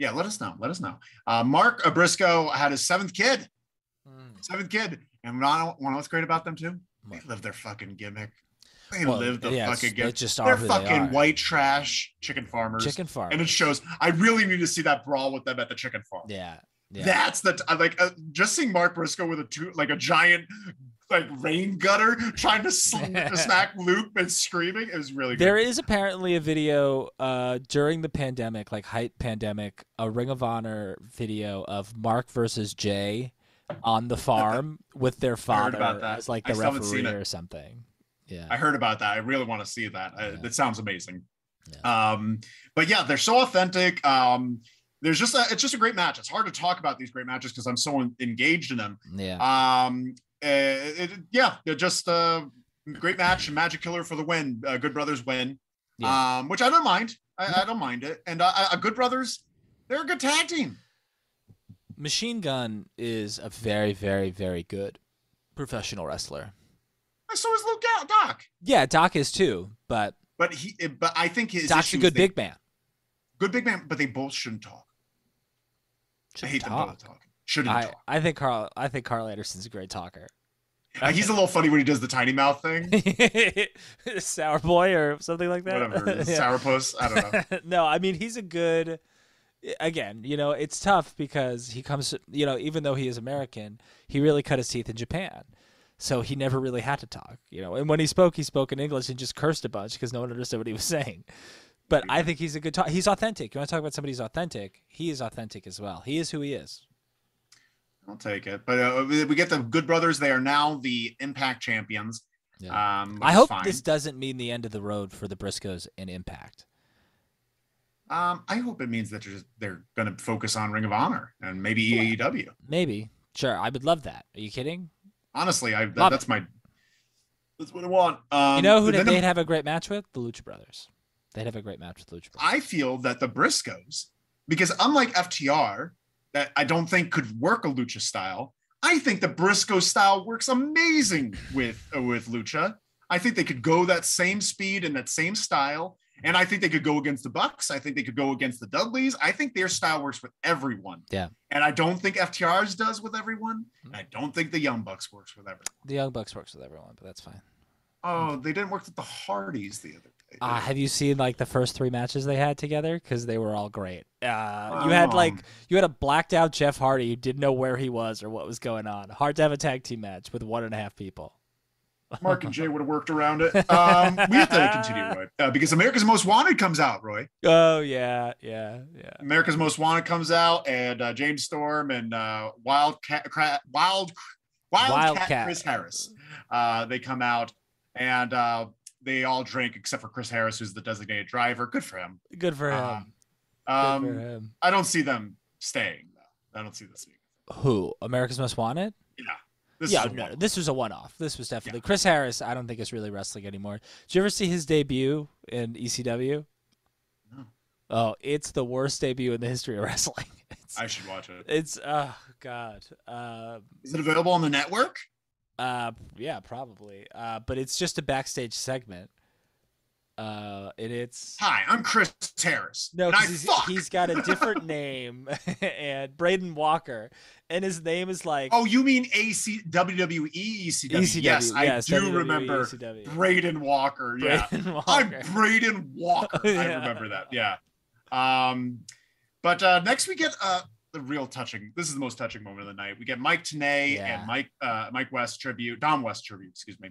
yeah, let us know. Let us know. Uh, Mark Abrisco had his seventh kid. Seventh kid, and you know what's great about them too? They What? live their fucking gimmick. They Well, live the yeah, it's- fucking they gimmick. just They're are who they fucking are. white trash chicken farmers, chicken farm. and it shows. I really need to see that brawl with them at the chicken farm. yeah. Yeah. That's the t- I like uh, just seeing Mark Briscoe with a two like a giant like rain gutter trying to sl- smack Luke and screaming. It was really There good. is apparently a video uh, during the pandemic, like hype pandemic, a Ring of Honor video of Mark versus Jay on the farm with their heard father about that. as like I the still haven't seen referee it. or something. Yeah. I heard about that. I really want to see that. Uh, Yeah. That sounds amazing. Um, but yeah, they're so authentic. Um, there's just a, it's just a great match. It's hard to talk about these great matches because I'm so en- engaged in them. yeah. Um, uh, it, it- yeah, they're just uh, great match and Magic Killer for the win. Uh, Good Brothers win, um, which I don't mind. I, I don't mind it. And uh, uh, Good Brothers, they're a good tag team. Machine Gun is a very, very, very good professional wrestler. And So is Luke Doc- Doc, Yeah, Doc is too, but but he, eh, but I think his Doc's issue a is good they- big man. good big man. But they both shouldn't talk. I Shouldn't hate them talk. both talking. Shouldn't I, talk. I think Carl I think Carl Anderson's a great talker. Uh, he's a little funny when he does the tiny mouth thing. Sour boy or something like that. Whatever, Yeah. sourpuss. I don't know. no, I mean he's a good. Again, you know, it's tough because he comes. You know, even though he is American, he really cut his teeth in Japan, so he never really had to talk. You know, and when he spoke, he spoke in English and just cursed a bunch because no one understood what he was saying. But I think he's a good talk. He's authentic. You want to talk about somebody who's authentic? He is authentic as well. He is who he is. I'll take it. But uh, we we get the Good Brothers. They are now the Impact champions. Um, which I is hope fine. this doesn't mean the end of the road for the Briscoes and Impact. Um, I hope it means that they're just, they're going to focus on Ring of Honor and maybe E AEW. Maybe, sure. I would love that. Are you kidding? Honestly, I that, Love it. that's my that's what I want. Um, you know who then they'd have a great match with? The Lucha Brothers. They'd have a great match with the Lucha Brothers. I feel that the Briscoes, because unlike FTR, that I don't think could work a lucha style. I think the Briscoe style works amazing with uh, with lucha. I think they could go that same speed and that same style. And I think they could go against the Bucks. I think they could go against the Dudleys. I think their style works with everyone. Yeah. And I don't think FTR's does with everyone. And I don't think the Young Bucks works with everyone. The Young Bucks works with everyone, but that's fine. Oh, they didn't work with the Hardys the other day. Uh, have you seen like the first three matches they had together? Because they were all great. Uh, you had like Um. you had a blacked out Jeff Hardy who didn't know where he was or what was going on. Hard to have a tag team match with one and a half people. Mark and Jay would have worked around it. Um, we have to continue, Roy, uh, because America's Most Wanted comes out, Roy. Oh yeah, yeah, yeah. America's Most Wanted comes out, and uh, James Storm and uh, Wildcat, Cra- Wild, Wildcat, Wildcat. Chris Harris, uh, they come out, and uh, they all drink except for Chris Harris, who's the designated driver. Good for him. Good for him. Um, Good um, for him. I don't see them staying. though. I don't see this. Who? America's Most Wanted? Yeah, this yeah, is a no, one. this was a one-off. This was definitely Chris Harris. I don't think is really wrestling anymore. Did you ever see his debut in ECW? No. Oh, it's the worst debut in the history of wrestling. It's, I should watch it. it's oh god. Um Is it available on the network? Uh, yeah, probably. Uh, but it's just a backstage segment. Uh, and it's Hi, I'm Chris Harris. no, and I 'cause he's, fuck. he's got a different name, and Braden Walker, and his name is like Oh, you mean AC WWE ECW? ECW. E. Yes, I E, yes, do WWE, remember ECW. Braden Walker. Yeah, E. Braden I'm Walker. Braden Walker. I Yeah. remember that. Yeah. Um, but uh, next we get uh, the real touching. This is the most touching moment of the night. We get Mike Tanay Yeah. and Mike uh, Mike West tribute, Dom West tribute, excuse me.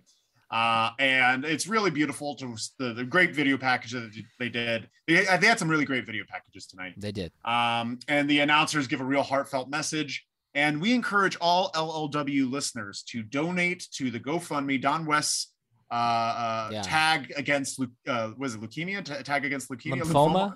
Uh, and it's really beautiful to the, the great video package that they did. They, they had some really great video packages tonight. They did. Um, and the announcers give a real heartfelt message. And we encourage all LLW listeners to donate to the GoFundMe Don West's uh, uh, Yeah. tag against leu- uh, was it leukemia? Ta- tag against leukemia, Lymphoma,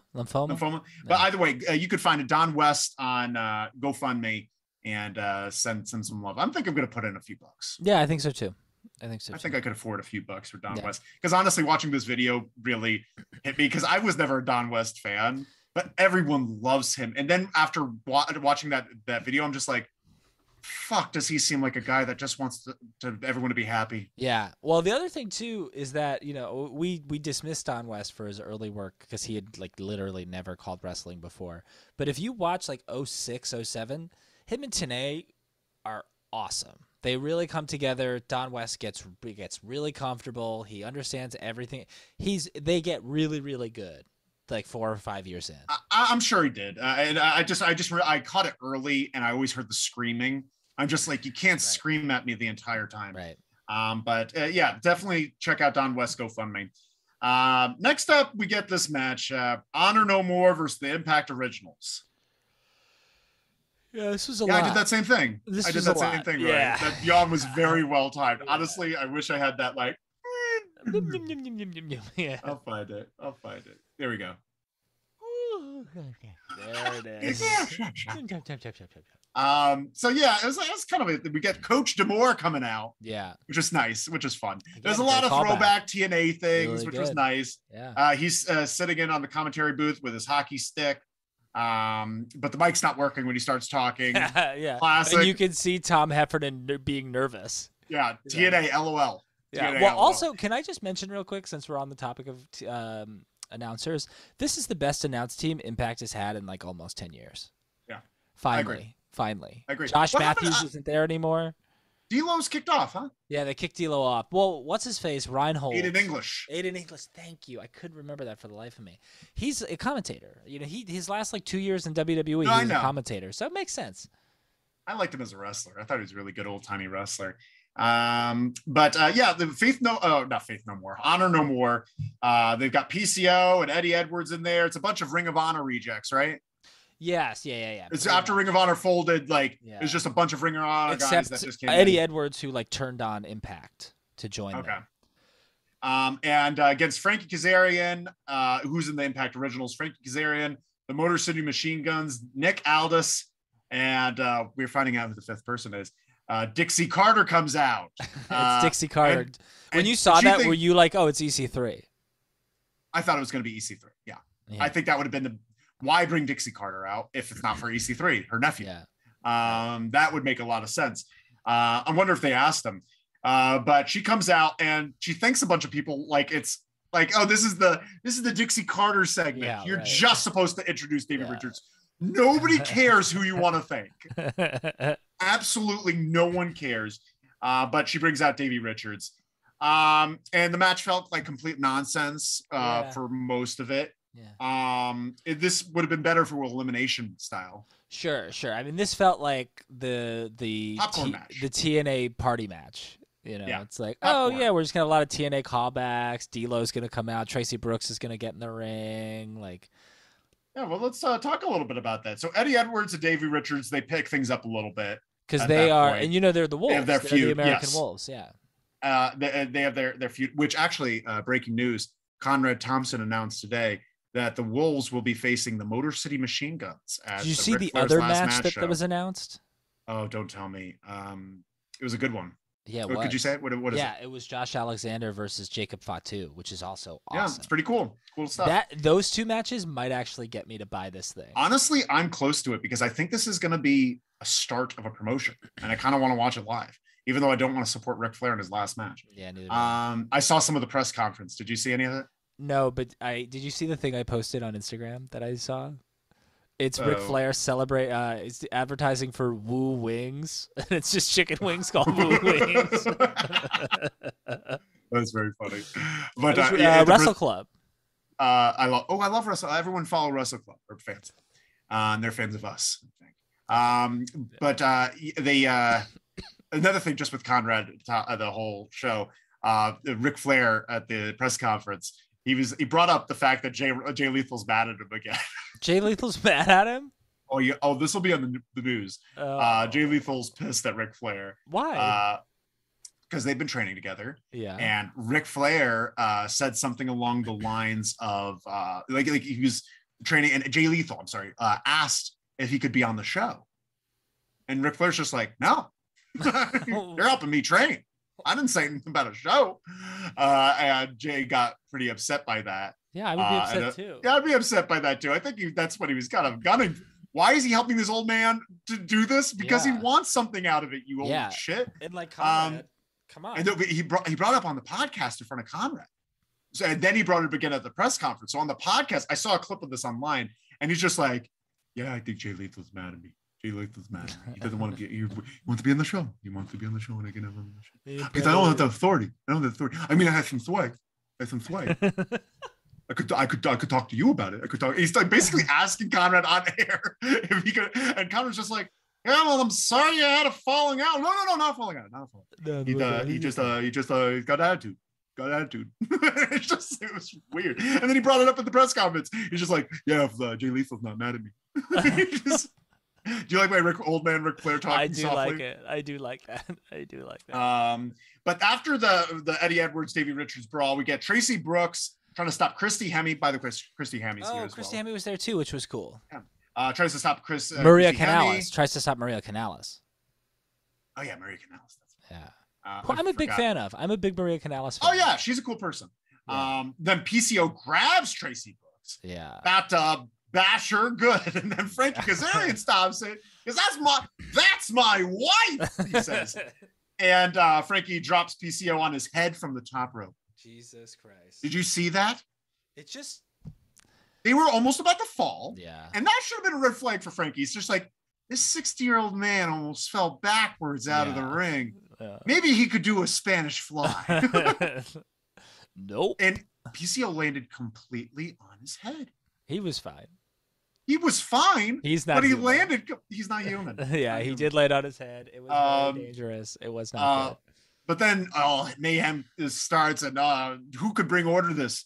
lymphoma. lymphoma. lymphoma. But either way, uh, you could find a Don West on uh, GoFundMe and uh, send send some love. I'm think I'm going to put in a few bucks. Yeah, I think so too. I think so. I Too. think I could afford a few bucks for Don Yeah. West because honestly, watching this video really hit me because I was never a Don West fan, but everyone loves him. And then after wa- watching that that video, I'm just like, fuck, does he seem like a guy that just wants to, to everyone to be happy? Yeah. Well, the other thing too is that you know we we dismissed Don West for his early work because he had like literally never called wrestling before. But if you watch like 06, 07, him and Tanay are awesome. They really come together. Don West gets gets really comfortable. He understands everything. He's they get really really good like four or five years in. I, I'm sure he did, uh, and I I just I just re- I caught it early, and I always heard the screaming. I'm just like, you can't scream at me the entire time. Right. Um, but uh, yeah, definitely check out Don West GoFundMe. Um, next up, we get this match: uh, Honor No More versus the Impact Originals. Yeah, this was a Yeah, lot. I did that same thing. This I did was that a same lot. thing. Yeah. Right? That yawn was very well timed. Yeah. Honestly, I wish I had that. Like, yeah. I'll find it. I'll find it. There we go. There it is. Chop, chop, chop, chop, chop, chop. Um, so yeah, it was, it was kind of a, we get Coach Demore coming out, Yeah, which is nice, which is fun. There's a Again, lot great of callback. throwback TNA things, Really which was good. nice. yeah. Uh, he's uh, sitting in on the commentary booth with his hockey stick, um, but the mic's not working when he starts talking. yeah. And Classic. you can see Tom Heffernan ner- being nervous. yeah, TNA, LOL. Yeah. TNA, Well, LOL. also, can I just mention real quick, since we're on the topic of t- um, announcers, this is the best announced team Impact has had in like almost ten years. Yeah. agree. Finally, finally. I agree. Josh What happened- Matthews I- isn't there anymore. D'Lo's kicked off, huh? Yeah, they kicked D'Lo off. Well, what's his face? Reinhold. Aiden English. Aiden English, thank you. I couldn't remember that for the life of me. He's a commentator. You know, he his last like two years in WWE, No, he I was a know. commentator, so it makes sense. I liked him as a wrestler. I thought he was a really good old timey wrestler. Um, but uh, yeah, the Faith No, oh, not Faith No More, Honor No More. Uh, they've got PCO and Eddie Edwards in there. It's a bunch of Ring of Honor rejects, right? Yes, yeah, yeah, yeah. It's pretty after much. Ring of Honor folded, like Yeah. it's just a bunch of Ring of Honor guys except that just came in. Eddie Edwards, who like turned on Impact to join Okay. them. Um, and uh, against Frankie Kazarian, uh, who's in the Impact Originals, Frankie Kazarian, the Motor City Machine Guns, Nick Aldis, and uh, we're finding out who the fifth person is. Uh, Dixie Carter comes out. it's Uh, Dixie Carter. and- when and you saw she that, think- were you like, "Oh, it's EC3"? I thought it was going to be EC3. Yeah. Yeah. I think that would have been the why bring Dixie Carter out if it's not for EC3, her nephew. Yeah, Um, that would make a lot of sense. Uh, I wonder if they asked him. Uh, but she comes out and she thanks a bunch of people like it's like, oh, this is the this is the Dixie Carter segment. Yeah, You're right. just supposed to introduce David Yeah. Richards. Nobody cares who you want to thank. Absolutely no one cares. Uh, but she brings out Davy Richards. Um, and the match felt like complete nonsense uh, Yeah. for most of it. yeah. Um, it- this would have been better for elimination style. Sure, sure. I mean, this felt like the the Popcorn T- match. the TNA party match. You know, Yeah. it's like, oh Popcorn. yeah, we're just gonna have a lot of TNA callbacks. D'Lo's gonna come out. Tracy Brooks is gonna get in the ring. Like, Yeah, well, let's uh, talk a little bit about that. So Eddie Edwards and Davy Richards, they pick things up a little bit. because At they that are, point, and you know, they're the wolves. have their They're the feud, American yes. wolves. Yeah. Uh, they, they have their their feud, which actually, uh, breaking news: Conrad Thompson announced today that the Wolves will be facing the Motor City Machine Guns. At Did you see Ric the Flair's other last match, that, show. that was announced? Oh, don't tell me. Um, it was a good one. Yeah. What could you was. say? it? What, what is yeah, it? it? was Josh Alexander versus Jacob Fatu, which is also Yeah, awesome. it's pretty cool. Cool stuff. that those two matches might actually get me to buy this thing. Honestly, I'm close to it because I think this is going to be a start of a promotion, and I kind of want to watch it live, even though I don't want to support Ric Flair in his last match. yeah, neither. do I. Um, I saw some of the press conference. Did you see any of it? No, but I did you see the thing I posted on Instagram that I saw? It's Ric Oh. Flair celebrate. Uh, it's advertising for Woo Wings, and it's just chicken wings called Woo Wings. That's very funny. But It's, uh, yeah, uh, the Wrestle pres- Club. uh, I love. Oh, I love Russell. Everyone follow Russell Club. They're fans, uh, and they're fans of us. I think. Um, but uh, they uh, another thing just with Conrad, to- uh, the whole show. Uh, Ric Flair at the press conference. He was he brought up the fact that Jay uh, Jay Lethal's mad at him again. Jay Lethal's mad at him. oh yeah. Oh, this will be on the, the news. Uh, Oh. Jay Lethal's pissed at Ric Flair. Why? because Uh, they've been training together. yeah. And Ric Flair uh, said something along the lines of uh, like like he was training, and Jay Lethal, I'm sorry, uh, asked if he could be on the show, and Ric Flair's just like, no, you're helping me train. I didn't say anything about a show. Uh, and Jay got pretty upset by that. yeah, I would be uh, upset and, uh, too. Yeah, I'd be upset by that too. I think he, that's what he was kind of gunning. Why is he helping this old man to do this? Because Yeah. he wants something out of it. You old Yeah. shit. And like, Um, Conrad, come on. And then he brought he brought up on the podcast in front of Conrad. So and then he brought it again at the press conference. So on the podcast, I saw a clip of this online, and he's just like, "Yeah, I think Jay Lethal's mad at me. Jay Lethal's mad. At me. He doesn't want to get you. you Want to be on the show? You want to be on the show? And I can have him on the show You because I don't have the better- authority. I don't have the authority. I mean, I have some swag. I have some swag. I could, I could, I could talk to you about it. I could talk. He's like basically asking Conrad on air if he could, and Conrad's just like, "Yeah, well, I'm sorry you had a falling out. No, no, no, not falling out, not a falling." out No, he, no, uh, no, he just uh he just uh he's got attitude got attitude it's just it was weird and then he brought it up at the press conference he's just like yeah if, uh, jay lethal's not mad at me He just- do you like my Rick, old man Rick Flair talking I do softly? like it. I do like that. I do like that. Um, but after the the Eddie Edwards Davy Richards brawl, we get Tracy Brooks trying to stop Christy Hemme. By the way, Christy Hemme's here oh, as Christy well. Hemme was there too, which was cool. uh, tries to stop Chris uh, Maria Christy Canales Hemme. tries to stop Maria Canales. Oh yeah, Maria Canales. That's- Yeah. Uh, Who I I'm a big forgot. fan of. I'm a big Maria Canales fan. Oh yeah, she's a cool person. Yeah. Um, then PCO grabs Tracy Brooks. Yeah. about to bash her good. And then Frankie Kazarian stops it because that's my that's my wife, he says. and uh, Frankie drops PCO on his head from the top rope. Jesus Christ. Did you see that? It just. They were almost about to fall. Yeah. And that should have been a red flag for Frankie. It's just like this 60 year old man almost fell backwards out of the Yeah. ring. Uh. Maybe he could do a Spanish fly. nope. and PCO landed completely on his head. He was fine. He was fine, He's not. but he human. landed. co- He's not human. yeah, Not he human. did lay it on his head. It was Um, very dangerous. It was uh, not But then oh mayhem is- starts and uh who could bring order to this?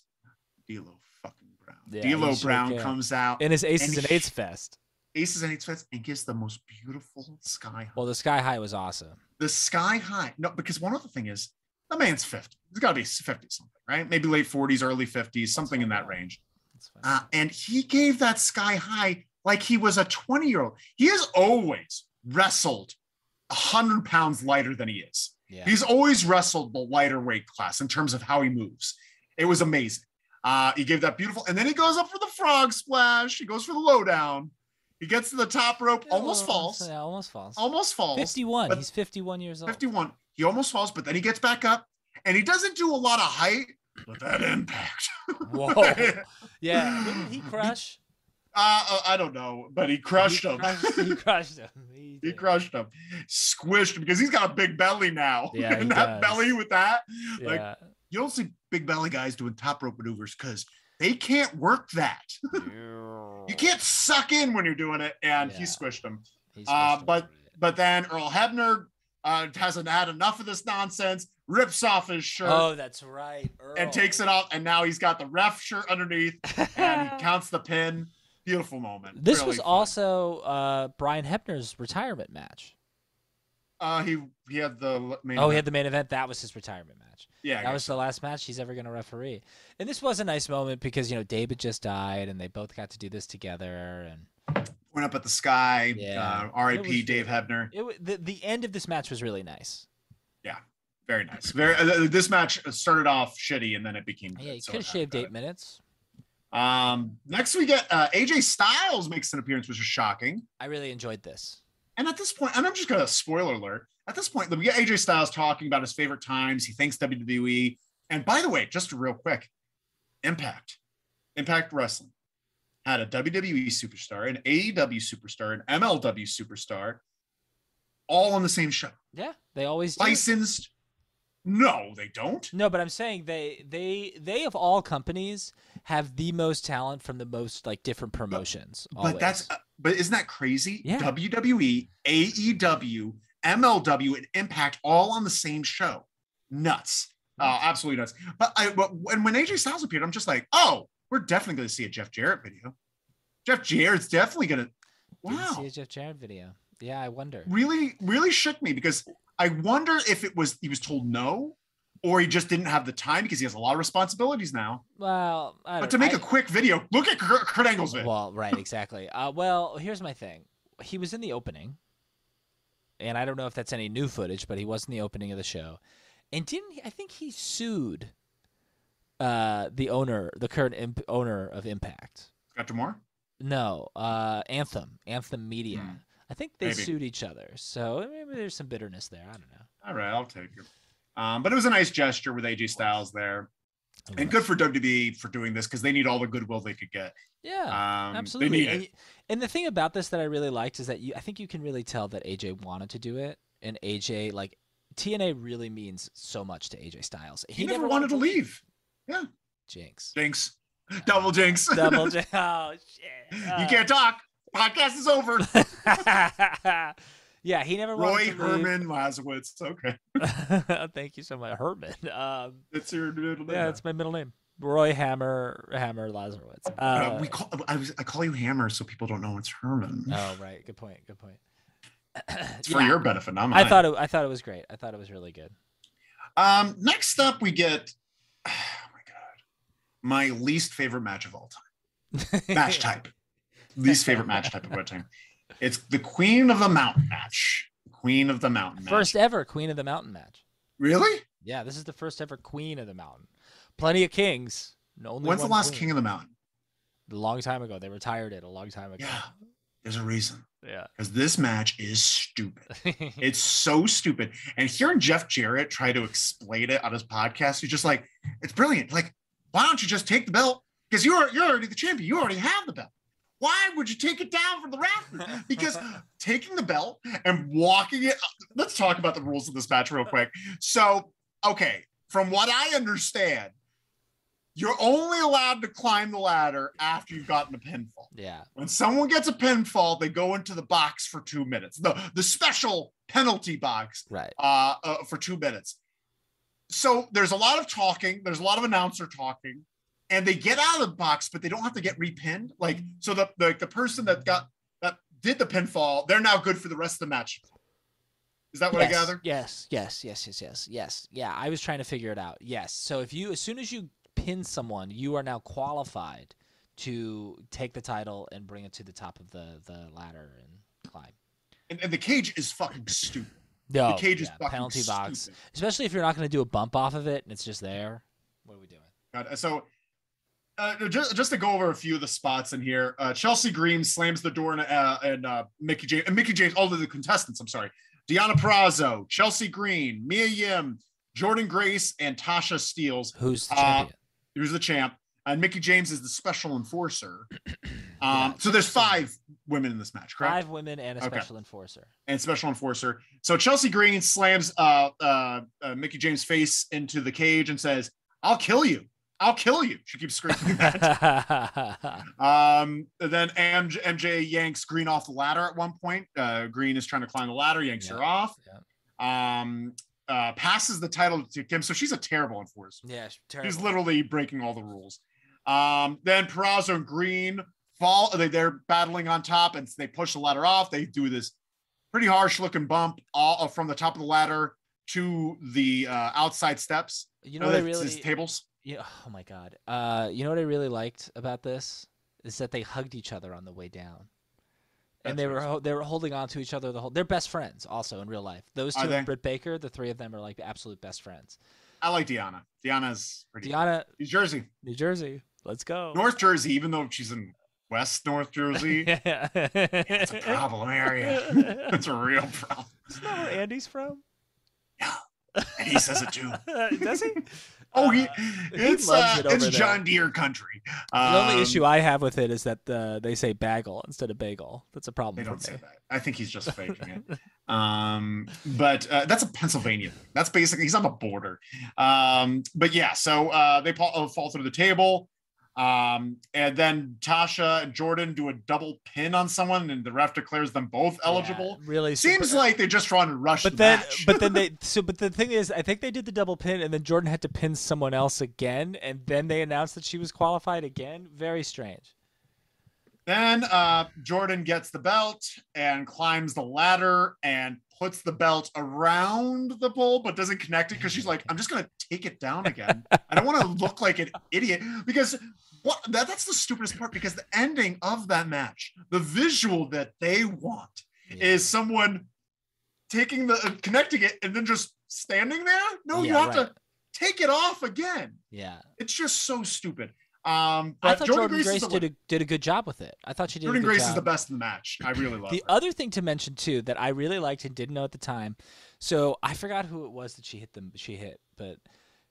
D'Lo fucking Brown. Yeah, D'Lo he sure Brown can. comes out, good. In his aces and and he- eights fest. aces and eights fits, and gives the most beautiful sky high. Well, the sky high was awesome. the sky high. No, because one other thing is the man's 50. He's got to be 50 something, right? Maybe late 40s, early 50s, something in that fine. range. That's fine. Uh, and he gave that sky high like he was a 20 year old. He has always wrestled 100 pounds lighter than he is. yeah. He's always wrestled the lighter weight class in terms of how he moves. It was amazing. Uh, he gave that beautiful, and then he goes up for the frog splash. He goes for the lowdown. He gets to the top rope, Yeah, almost well, falls, Yeah, almost falls. almost falls. 51. but- He's 51 years old. 51. He almost falls, but then he gets back up and he doesn't do a lot of height, but that impact. Whoa. Yeah. Didn't he crush? Uh, I don't know, but he crushed he him. Crushed, he crushed him. He, He did. crushed him, squished him because he's got a big belly now. Yeah, he and that does. belly with that, Yeah. like you don't see big belly guys doing top rope maneuvers because they can't work that. You can't suck in when you're doing it, and he Oh. Yeah. squished him. He uh, squished him. but- But then Earl Hebner uh, hasn't had enough of this nonsense, rips off his shirt oh, that's right. Earl. and takes it off, and now he's got the ref shirt underneath, and he counts the pin. Beautiful moment. This Really was fun. also uh, Brian Hepner's retirement match. uh, he he had the main Oh, he event. had the main event. That was his retirement match. yeah I That guess. was the last match he's ever going to referee. And this was a nice moment because, you know, David just died and they both got to do this together. And went up at the sky. Yeah. Uh, It was- R.I.P. Dave Hebner. it wa- the, the end of this match was really nice. Very nice. Very. Uh, this match started off shitty and then it became. Yeah, good, you so could have it shaved happened. eight minutes. Um, next we get uh, AJ Styles makes an appearance, which is shocking. I really enjoyed this. And at this point, and I'm just gonna spoiler alert. At this point, we get AJ Styles talking about his favorite times. He thanks WWE. And by the way, just real quick, Impact, Impact Wrestling had a WWE superstar, an AEW superstar, an MLW superstar, all on the same show. Yeah, they always do. Licensed? No, they don't. No, but I'm saying they they they of all companies have the most talent from the most like different promotions. But that's always. uh, but isn't that crazy? E, Yeah. WWE, AEW, MLW, and Impact all on the same show. Nuts. Uh, absolutely nuts. But I but when, when AJ Styles appeared, I'm just like, oh, we're definitely gonna see a Jeff Jarrett video. Jeff Jarrett's definitely gonna Didn't wow. see a Jeff Jarrett video. Yeah, I wonder. Really, really shook me because I wonder if it was he was told no or he just didn't have the time because he has a lot of responsibilities now. Well, I But don't, to make I- a quick video, look at Kurt, Kurt Angle's video. well, right, exactly. Uh, well, here's my thing. He was in the opening, and I don't know if that's any new footage, but he was in the opening of the show, and didn't he, I think he sued uh, the owner, the current imp- owner of Impact. Dr. Moore? No, uh, Anthem, Anthem Media. Hmm. I think they Maybe. sued each other, so maybe there's some bitterness there. I don't know. All right, I'll take it. Um, but it was a nice gesture with AJ Styles there, It and was. good for WWE for doing this because they need all the goodwill they could get. Um, Yeah, they absolutely. need And, it. y- and the thing about this that I really liked is that you, I think you can really tell that AJ wanted to do it, and AJ like TNA really means so much to AJ Styles. He, never, wanted to leave. Jinx. Jinx, double jinx. Double J. Oh shit. you can't talk. Podcast is over. can't. Uh. yeah, he never wanted Roy to Herman Lazowitz. Okay, leave. Thank you so much, Herman. Um, that's your middle name. yeah, that's my middle name, Roy Hammer Hammer Lazarowitz. Uh, Uh, we call. I was. I call you Hammer so people don't know it's Herman. oh right, good point. Good point. it's for Yeah, your benefit, not mine. I thought it, I thought it was great. I thought it was really good. Um, next up, we get. Oh my god, my least favorite match of all time. match type. Least favorite match type of what time? It's the Queen of the Mountain match. Queen of the Mountain match. First ever Queen of the Mountain match. really? Yeah, this is the first ever Queen of the Mountain. Plenty of kings. No, only When's the one last queen. King of the Mountain? A long time ago. They retired it a long time ago. There's a reason. Yeah. Because this match is stupid. Yeah. It's so stupid. And hearing Jeff Jarrett try to explain it on his podcast, he's just like, it's brilliant. Like, why don't you just take the belt? Because you're you're already the champion. You already have the belt. Why would you take it down from the rafters? Because taking the belt and walking it. Let's talk about the rules of this match real quick. So, okay, from what I understand, you're only allowed to climb the ladder after you've gotten a pinfall yeah. when someone gets a pinfall, they go into the box for two minutes. The the special penalty box Right. uh, uh, for two minutes. So there's a lot of talking. There's a lot of announcer talking, and they get out of the box, but they don't have to get repinned. Like so, the the, the person that got that did the pinfall, they're now good for the rest of the match. Is that what yes, I gather? Yes, yes, yes, yes, yes, yes. Yeah, I was trying to figure it out. Yes. So if you as soon as you pin someone, you are now qualified to take the title and bring it to the top of the, the ladder and climb. And, and the cage is fucking stupid. No. the cage is Oh, yeah, fucking penalty box. stupid. Especially if you're not going to do a bump off of it and it's just there. What are we doing? God, so uh, just just to go over a few of the spots in here, uh, Chelsea Green slams the door and uh, and uh, Mickey James and Mickey James, all of the contestants. I'm sorry, Deanna Prazo, Chelsea Green, Mia Yim, Jordan Grace, and Tasha Steeles, Who's the Uh, champion? who's the champ. And Mickey James is the special enforcer. Um, Yeah, so there's so- five women in this match, correct? Five women and a Okay. special enforcer. and special enforcer. So Chelsea Green slams uh, uh, uh, Mickey James' face into the cage and says, "I'll kill you! I'll kill you!" She keeps screaming that. um, and then MJ, MJ yanks Green off the ladder at one point. Uh, Green is trying to climb the ladder, yanks Yeah, her off. Um, uh, passes the title to Kim, so she's a terrible enforcer. yeah, sh- She's terrible. literally breaking all the rules. Um, then Perazzo and Green fall. They, they're battling on top, and they push the ladder off. They do this pretty harsh looking bump all uh, from the top of the ladder to the uh, outside steps. you know what I That's really his tables. Yeah, oh my god. Uh, you know what I really liked about this is that they hugged each other on the way down, That's and they were nice. ho- they were holding on to each other the whole. They're best friends also in real life. Those Are two they? and Britt Baker, the three of them are like absolute best friends. I like Deanna. Deanna's pretty. Deanna, New Jersey, New Jersey, let's go. North Jersey, even though she's in West North Jersey, yeah. it's a problem area. it's a real problem. Isn't that where Andy's from? And he says it too. Does he? Oh, he, Uh, it's uh, loves it over it's there. John Deere country. The only Um, issue I have with it is that uh, they say bagel instead of bagel. That's a They problem for don't say me. that. I think he's just faking it. Um, but uh, that's a Pennsylvania thing. That's basically he's on the border. Um, but yeah, so uh, they fall, uh, fall through the table, um, and then Tasha and Jordan do a double pin on someone, and the ref declares them both Yeah, eligible. really Seems super- like they're just trying to rush. But the then, match. but then they. So, but the thing is, I think they did the double pin, and then Jordan had to pin someone else again, and then they announced that she was qualified again. Very strange. Then uh, Jordan gets the belt and climbs the ladder and puts the belt around the pole, but doesn't connect it because she's like, I'm just going to take it down again. I don't want to look like an idiot because what that, that's the stupidest part because the ending of that match, the visual that they want is someone taking the uh, connecting it and then just standing there. No, you Yeah, have to take it off again. Yeah, It's just so stupid. Um, I but thought Jordan, Jordan, Grace, Grace, is the did a, did a good job with it. I thought she did. Jordan a good Grace job. is the best in the match. I really love The her. other thing to mention too that I really liked and didn't know at the time, so I forgot who it was that she hit them. She hit, but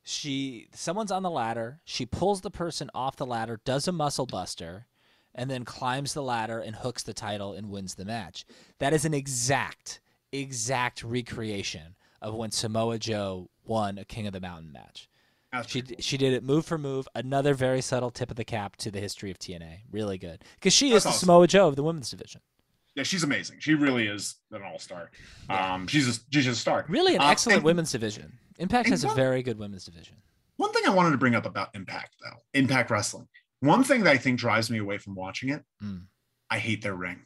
she someone's on the ladder. She pulls the person off the ladder, does a muscle buster, and then climbs the ladder and hooks the title and wins the match. That is an exact, exact recreation of when Samoa Joe won a King of the Mountain match. That's She pretty cool. she did it move for move. Another very subtle tip of the cap to the history of TNA. Really good because she That's is the awesome. Samoa Joe of the women's division. yeah, she's amazing. She really is an all star. Um, she's a, she's just a star. Really, an Uh, excellent and women's division. Impact and has a one- very good women's division. One thing I wanted to bring up about Impact though, Impact Wrestling. One thing that I think drives me away from watching it, Mm. I hate their ring.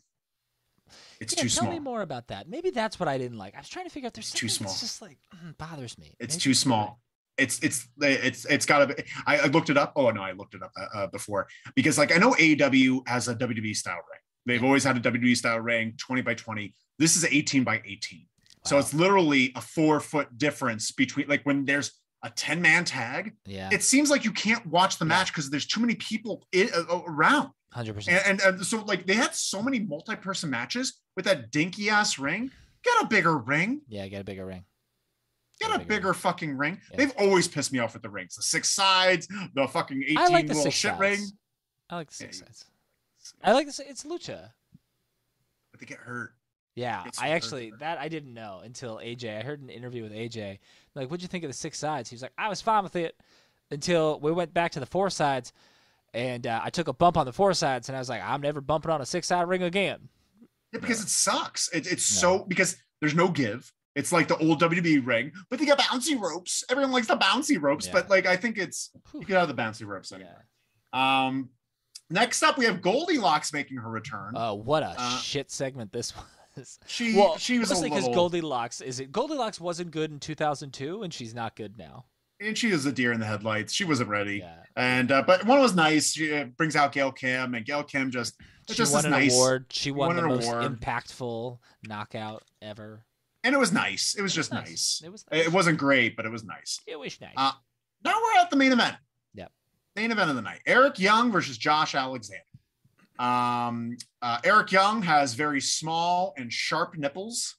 It's yeah, too tell small. me more about that. Maybe that's what I didn't like. I was trying to figure out. There's It's too something that's small. just like mm, bothers me. It's Maybe too small. It's it's it's it's got to be. I, I looked it up. Oh no, I looked it up uh, uh, before because like I know AEW has a WWE style ring. They've always had a WWE style ring, twenty by twenty. This is eighteen by eighteen. So Wow. it's literally a four foot difference between like when there's a ten man tag. yeah, It seems like you can't watch the match because there's too many people i uh, around. hundred And, percent. and and so like they had so many multi person matches with that dinky ass ring. Get a bigger ring. Yeah, get a bigger ring. Get a bigger, fucking ring. Yeah. They've always pissed me off with the rings. The six sides, the fucking 18 I like the little six shit sides. ring. I like the Yeah, six you- sides. I like this. It's lucha. But they get hurt. Yeah, It's I lucha. actually that I didn't know until AJ. I heard an interview with AJ. Like, what'd you think of the six sides? He was like, I was fine with it until we went back to the four sides, and uh, I took a bump on the four sides, and I was like, I'm never bumping on a six side ring again. Yeah, because it sucks. It, it's No. so because there's no give. It's like the old WB ring, but they got bouncy ropes. Everyone likes the bouncy ropes, Yeah. but like I think it's Whew. you get out of the bouncy ropes anyway. Um, next up, we have Goldilocks making her return. Oh, what a Uh, shit segment this was. she well, she was a mostly little, Goldilocks is it Goldilocks wasn't good in 2002 and she's not good now. and she was a deer in the headlights. She wasn't ready. Yeah. And uh, but one was nice. She uh, brings out Gail Kim, and Gail Kim just it's She just won this an nice. award. She won, won the an most award. impactful knockout ever. and it was nice. It was It just was nice. It was nice. It wasn't great, but it was nice. It was nice. Uh, Now we're at the main event. Yep. Main event of the night: Eric Young versus Josh Alexander. Um, uh, Eric Young has very small and sharp nipples.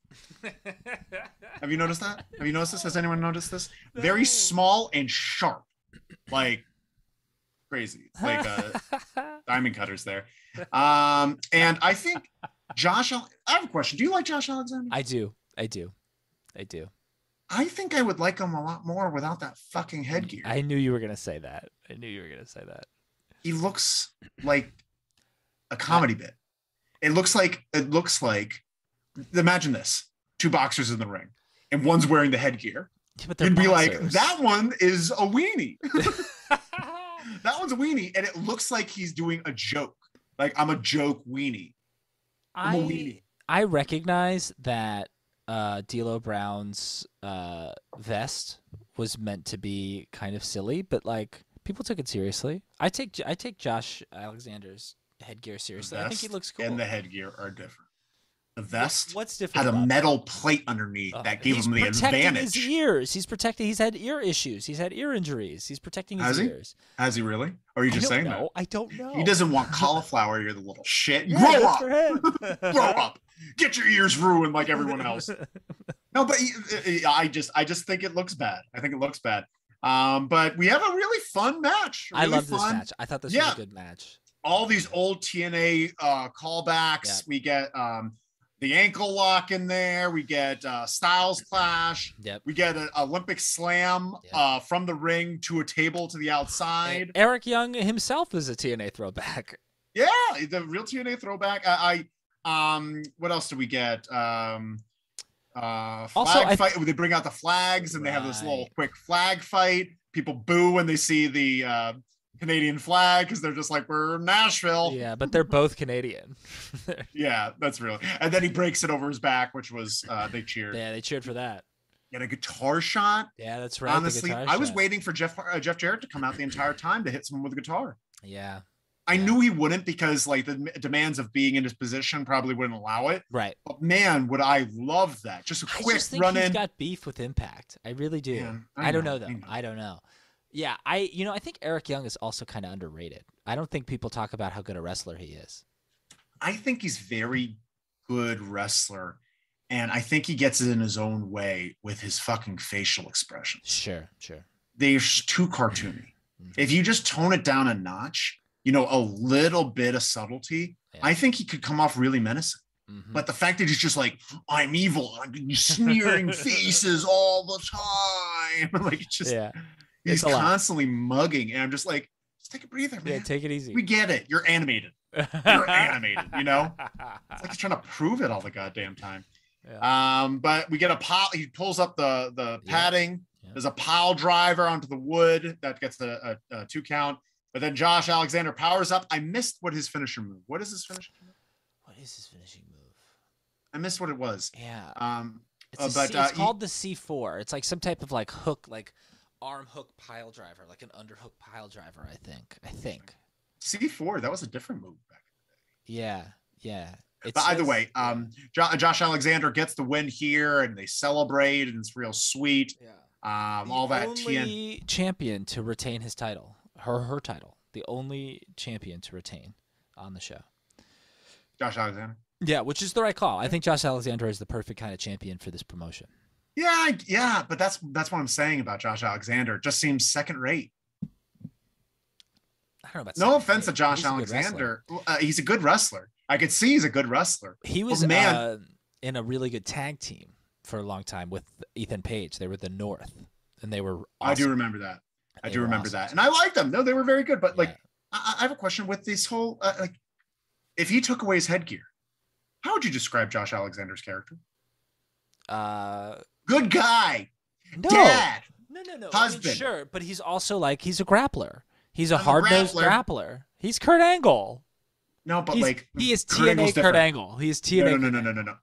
Have you noticed that? Have you noticed this? Has anyone noticed this? Very small and sharp, like crazy, like uh, diamond cutters there. Um, and I think Josh, Al- I have a question. Do you like Josh Alexander? I do. I do. I do. I think I would like him a lot more without that fucking headgear. I knew you were gonna say that. I knew you were gonna say that. he looks like a comedy bit. It looks like it looks like imagine this. Two boxers in the ring and one's wearing the headgear. Yeah, but they're You'd be like, boxers. that one is a weenie. That one's a weenie. And it looks like he's doing a joke. Like I'm a joke weenie. I'm a I weenie. I recognize that uh, D'Lo Brown's uh, vest was meant to be kind of silly, but like people took it seriously. I take J- I take Josh Alexander's headgear seriously. I think he vest looks cool. And the headgear are different. The What- vest What's had different? a about it? metal plate underneath Oh, that gave he's him the protecting advantage. His ears. He's protecting. He's had ear issues. He's had ear injuries. He's protecting his Has he? ears. Has he really? Or are you I just don't saying know. I don't know. that? He doesn't want cauliflower. You're the little shit. Yeah, Grow good up. for him. Grow up. Get your ears ruined like everyone else. No, but he- he- I just I just think it looks bad. I think it looks bad. Um, but we have a really fun match. I really love this fun. match. I thought this was Yeah. a good match. all these old TNA uh, callbacks. Yeah. We get um, the ankle lock in there. We get uh, Styles Clash. Yep. We get an Olympic slam Yeah. uh, from the ring to a table to the outside. And E-, Eric Young himself is a TNA throwback. yeah, the real TNA throwback. I, I um, what else do we get? Um, uh, flag Also, I- fight. They bring out the flags and they have this little Right. quick flag fight. People boo when they see the uh, Canadian flag because they're just like, we're Nashville. Yeah, but they're both Canadian. Yeah, that's real. And then he breaks it over his back, which was uh, they cheered. yeah, they cheered for that. Get a guitar shot. Yeah, that's right. the Honestly, guitar I was shot. waiting for Jeff uh, Jeff Jarrett to come out the entire time to hit someone with a guitar. Yeah, I Yeah. knew he wouldn't because like the m- demands of being in his position probably wouldn't allow it. right. But man, would I love that? Just a I quick just think run he's in. got beef with Impact. I really do. Man, I, don't know, I though. I, don't know. Yeah, I you know I think Eric Young is also kind of underrated. I don't think people talk about how good a wrestler he is. I think he's very good wrestler, and I think he gets it in his own way with his fucking facial expression. Sure, sure. they're s- too cartoony. Mhm. If you just tone it down a notch, you know, a little bit of subtlety, Yeah. I think he could come off really menacing. Mhm. But the fact that he's just like, I'm evil, I'm smearing faces all the time. like, it's just, yeah, he's it's a lot. constantly mugging. And I'm just like, just take a breather, yeah. man. Take it easy. we get it. You're animated. You're animated, you know? It's like he's trying to prove it all the goddamn time. Yeah. Um, but we get a pile. He pulls up the the Yeah. padding. Yeah. There's a pile driver onto the wood that gets a, a, a two count. But then Josh Alexander powers up. I missed what his finisher move. What is his finisher? move? What is his finishing move? I missed what it was. Yeah, Um, It's, Uh, a but, C- uh, it's he- called the C4. It's like some type of like hook, like arm hook pile driver, like an underhook pile driver. I think. I think. C4. That was a different move. Back. Yeah. Yeah. It But either says- way, um, Jo- Josh Alexander gets the win here, and they celebrate, and it's real sweet. Yeah. Um, all the that TN. only champion to retain his title, her her title, the only champion to retain on the show. Josh Alexander. Yeah, which is the right call. I think Josh Alexander is the perfect kind of champion for this promotion. Yeah, I- yeah, but that's that's what I'm saying about Josh Alexander. It Just seems second rate. I don't know about No second offense to rate. Josh He's a good wrestler. Alexander. Uh, he's a good wrestler. I could see he's a good wrestler. He was Oh, man. uh, in a really good tag team for a long time with Ethan Page. They were the North, and they were. Awesome. I do remember that. I They do were remember awesome. that. And I like them. No, they were very good. But like, Yeah. I, I have a question with this whole uh, like, if he took away his headgear, how would you describe Josh Alexander's character? Uh, Good guy, no, dad. no, no, no. I mean, Husband. sure, but he's also like he's a grappler. He's a I'm a hard nosed grappler. grappler. He's Kurt Angle. No, but He's- like he is Kurt TNA Angle's Kurt different. Angle. He is TNA. No, no, no, no, no, no, no.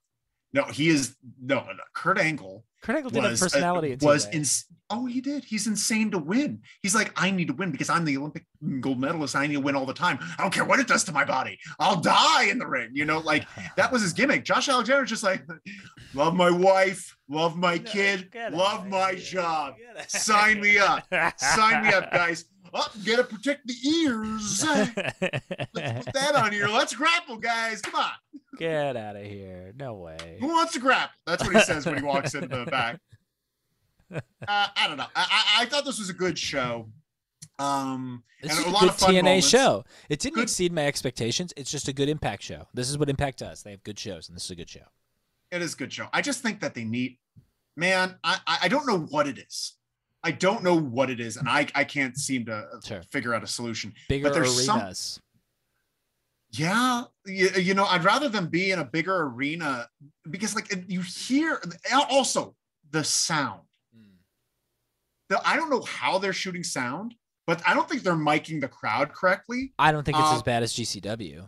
No, he is no, no. no. Kurt Angle Kurt Angle did was have personality. uh, in was TNA. ins- oh he did he's insane to win he's like i need to win because i'm the olympic gold medalist i need to win all the time i don't care what it does to my body i'll die in the ring you know like that was his gimmick josh alexander's just like love my wife love my No, kid get out love of my here. job Get out. sign me up sign me up guys oh, gotta protect the ears Let's put that on here. Let's grapple, guys. Come on. Get out of here. No way. Who wants to grapple? That's what he says when he walks in the back. Uh, I don't know. I, I, I thought this was a good show. Um, It's and just a a, lot good of fun TNA moments. show. It didn't Good- exceed my expectations. It's just a good Impact show. This is what Impact does. They have good shows, and this is a good show. It is a good show. I just think that they need, man. I I I don't know what it is. I don't know what it is, and I I can't seem to Sure. figure out a solution. Bigger there's some- arenas. Yeah, you, you know, I'd rather them be in a bigger arena because like you hear also the sound. Mm. The, I don't know how they're shooting sound, but I don't think they're miking the crowd correctly. I don't think it's Um, as bad as GCW.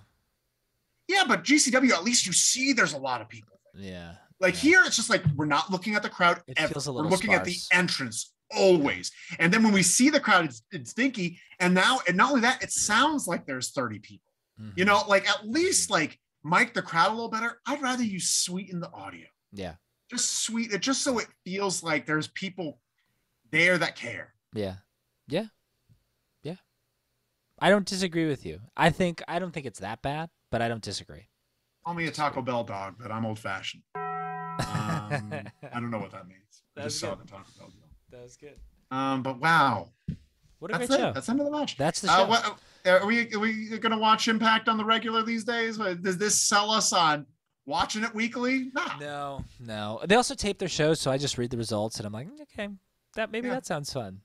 Yeah, but GCW at least you see there's a lot of people. Yeah. Like Yeah. here, it's just like we're not looking at the crowd It ever. feels a We're little looking at the sparse. entrance always. And then when we see the crowd, it's, it's dinky. And now, and not only that, it sounds like there's 30 people. You Mhm. know, like at Mm-hmm. least like mic the crowd a little better. I'd rather you sweeten the audio. Yeah. Just sweet it just so it feels like there's people there that care. Yeah. Yeah. Yeah. I don't disagree with you. I think I don't think it's that bad, but I don't disagree. Call me a Taco Bell dog, but I'm old fashioned. Um, I don't know what that means. I That's just saw good. the Taco Bell deal. That was good. Um, but wow, What a that's great it. show. That's the end of the match. That's the show. Uh, what, are we are we gonna watch Impact on the regular these days? What- Does this sell us on watching it weekly? Nah. No, no. They also tape their shows, so I just read the results and I'm like, "Mm, okay, that maybe Yeah. that sounds fun.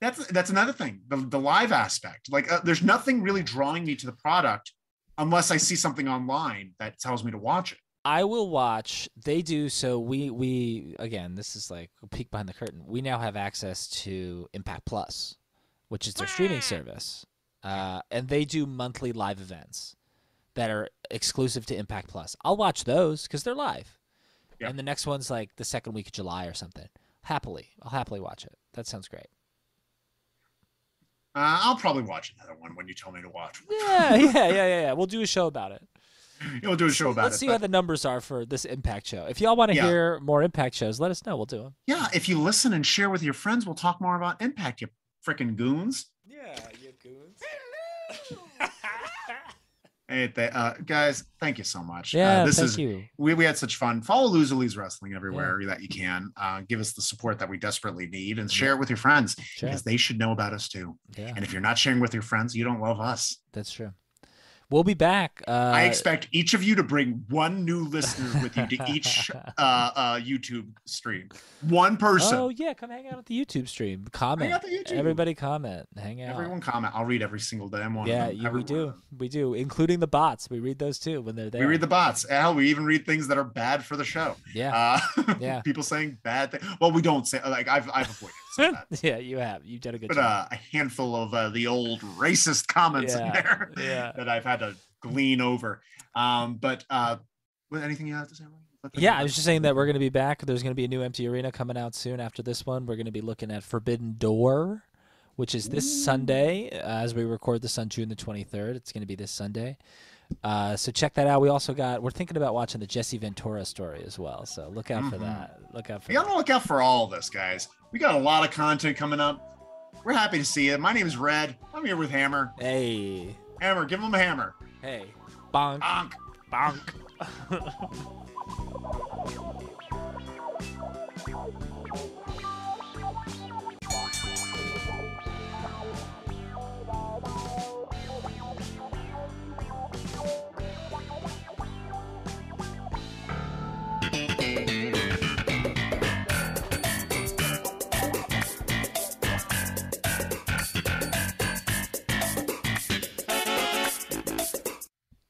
That's that's another thing. The the live aspect. Like, uh, there's nothing really drawing me to the product unless I see something online that tells me to watch it. I will watch. They do so. We we again. This is like a peek behind the curtain. We now have access to Impact Plus, which is their streaming service, uh, and they do monthly live events that are exclusive to Impact Plus. I'll watch those because they're live, Yeah. and the next one's like the second week of July or something. Happily, I'll happily watch it. That sounds great. Uh, I'll probably watch another one when you tell me to watch. Yeah, yeah, yeah, yeah, yeah. We'll do a show about it. You'll do a show about Let's it. see but- how the numbers are for this Impact show. If y'all want to Yeah. Uh, hear more Impact shows, let us know. We'll do them. yeah, if you listen and share with your friends, we'll talk more about Impact. You freaking goons. Yeah, you goons. Hey, th- uh, guys, thank you so much. yeah, uh, this thank is you. we, we had such fun. Follow Loser Lee's Wrestling everywhere that you can. Uh, give us the support that we desperately need and share it with your friends Sure. because they should know about us too. Yeah, And if you're not sharing with your friends, you don't love us. that's true. We'll be back. Uh, I expect each of you to bring one new listener with you to each uh, uh, YouTube stream. One person. Oh yeah, come hang out at the YouTube stream. Comment. out the YouTube. Everybody comment. Hang out. Everyone comment. I'll read every single damn one. of yeah, them, you, every we one of do. them. We do, including the bots. We read those too when they're there. We read the bots. Hell, we even read things that are bad for the show. yeah, Uh, Yeah. people saying bad things. Well, we don't say like I've I've avoided saying that. yeah. You have. You did a good but job. uh, a handful of uh, the old racist comments in Yeah, there yeah. that I've had to glean over. Um, but uh, well, anything you have to say? Ryan? Let them Yeah, know. I was just saying that we're going to be back. There's going to be a new empty arena coming out soon after this one. We're going to be looking at Forbidden Door, which is this Sunday uh, as we record this on June the 23rd. It's going to be this Sunday. Uh, so check that out. We also got we're thinking about watching the Jesse Ventura story as well. So look out for Mhm. that. Look out for Be on that. the lookout for all of this, guys. We got a lot of content coming up. We're happy to see you. My name is Red. I'm here with Hammer. Hey, Hammer, give him a hammer. hey, bonk, Bonk. bonk.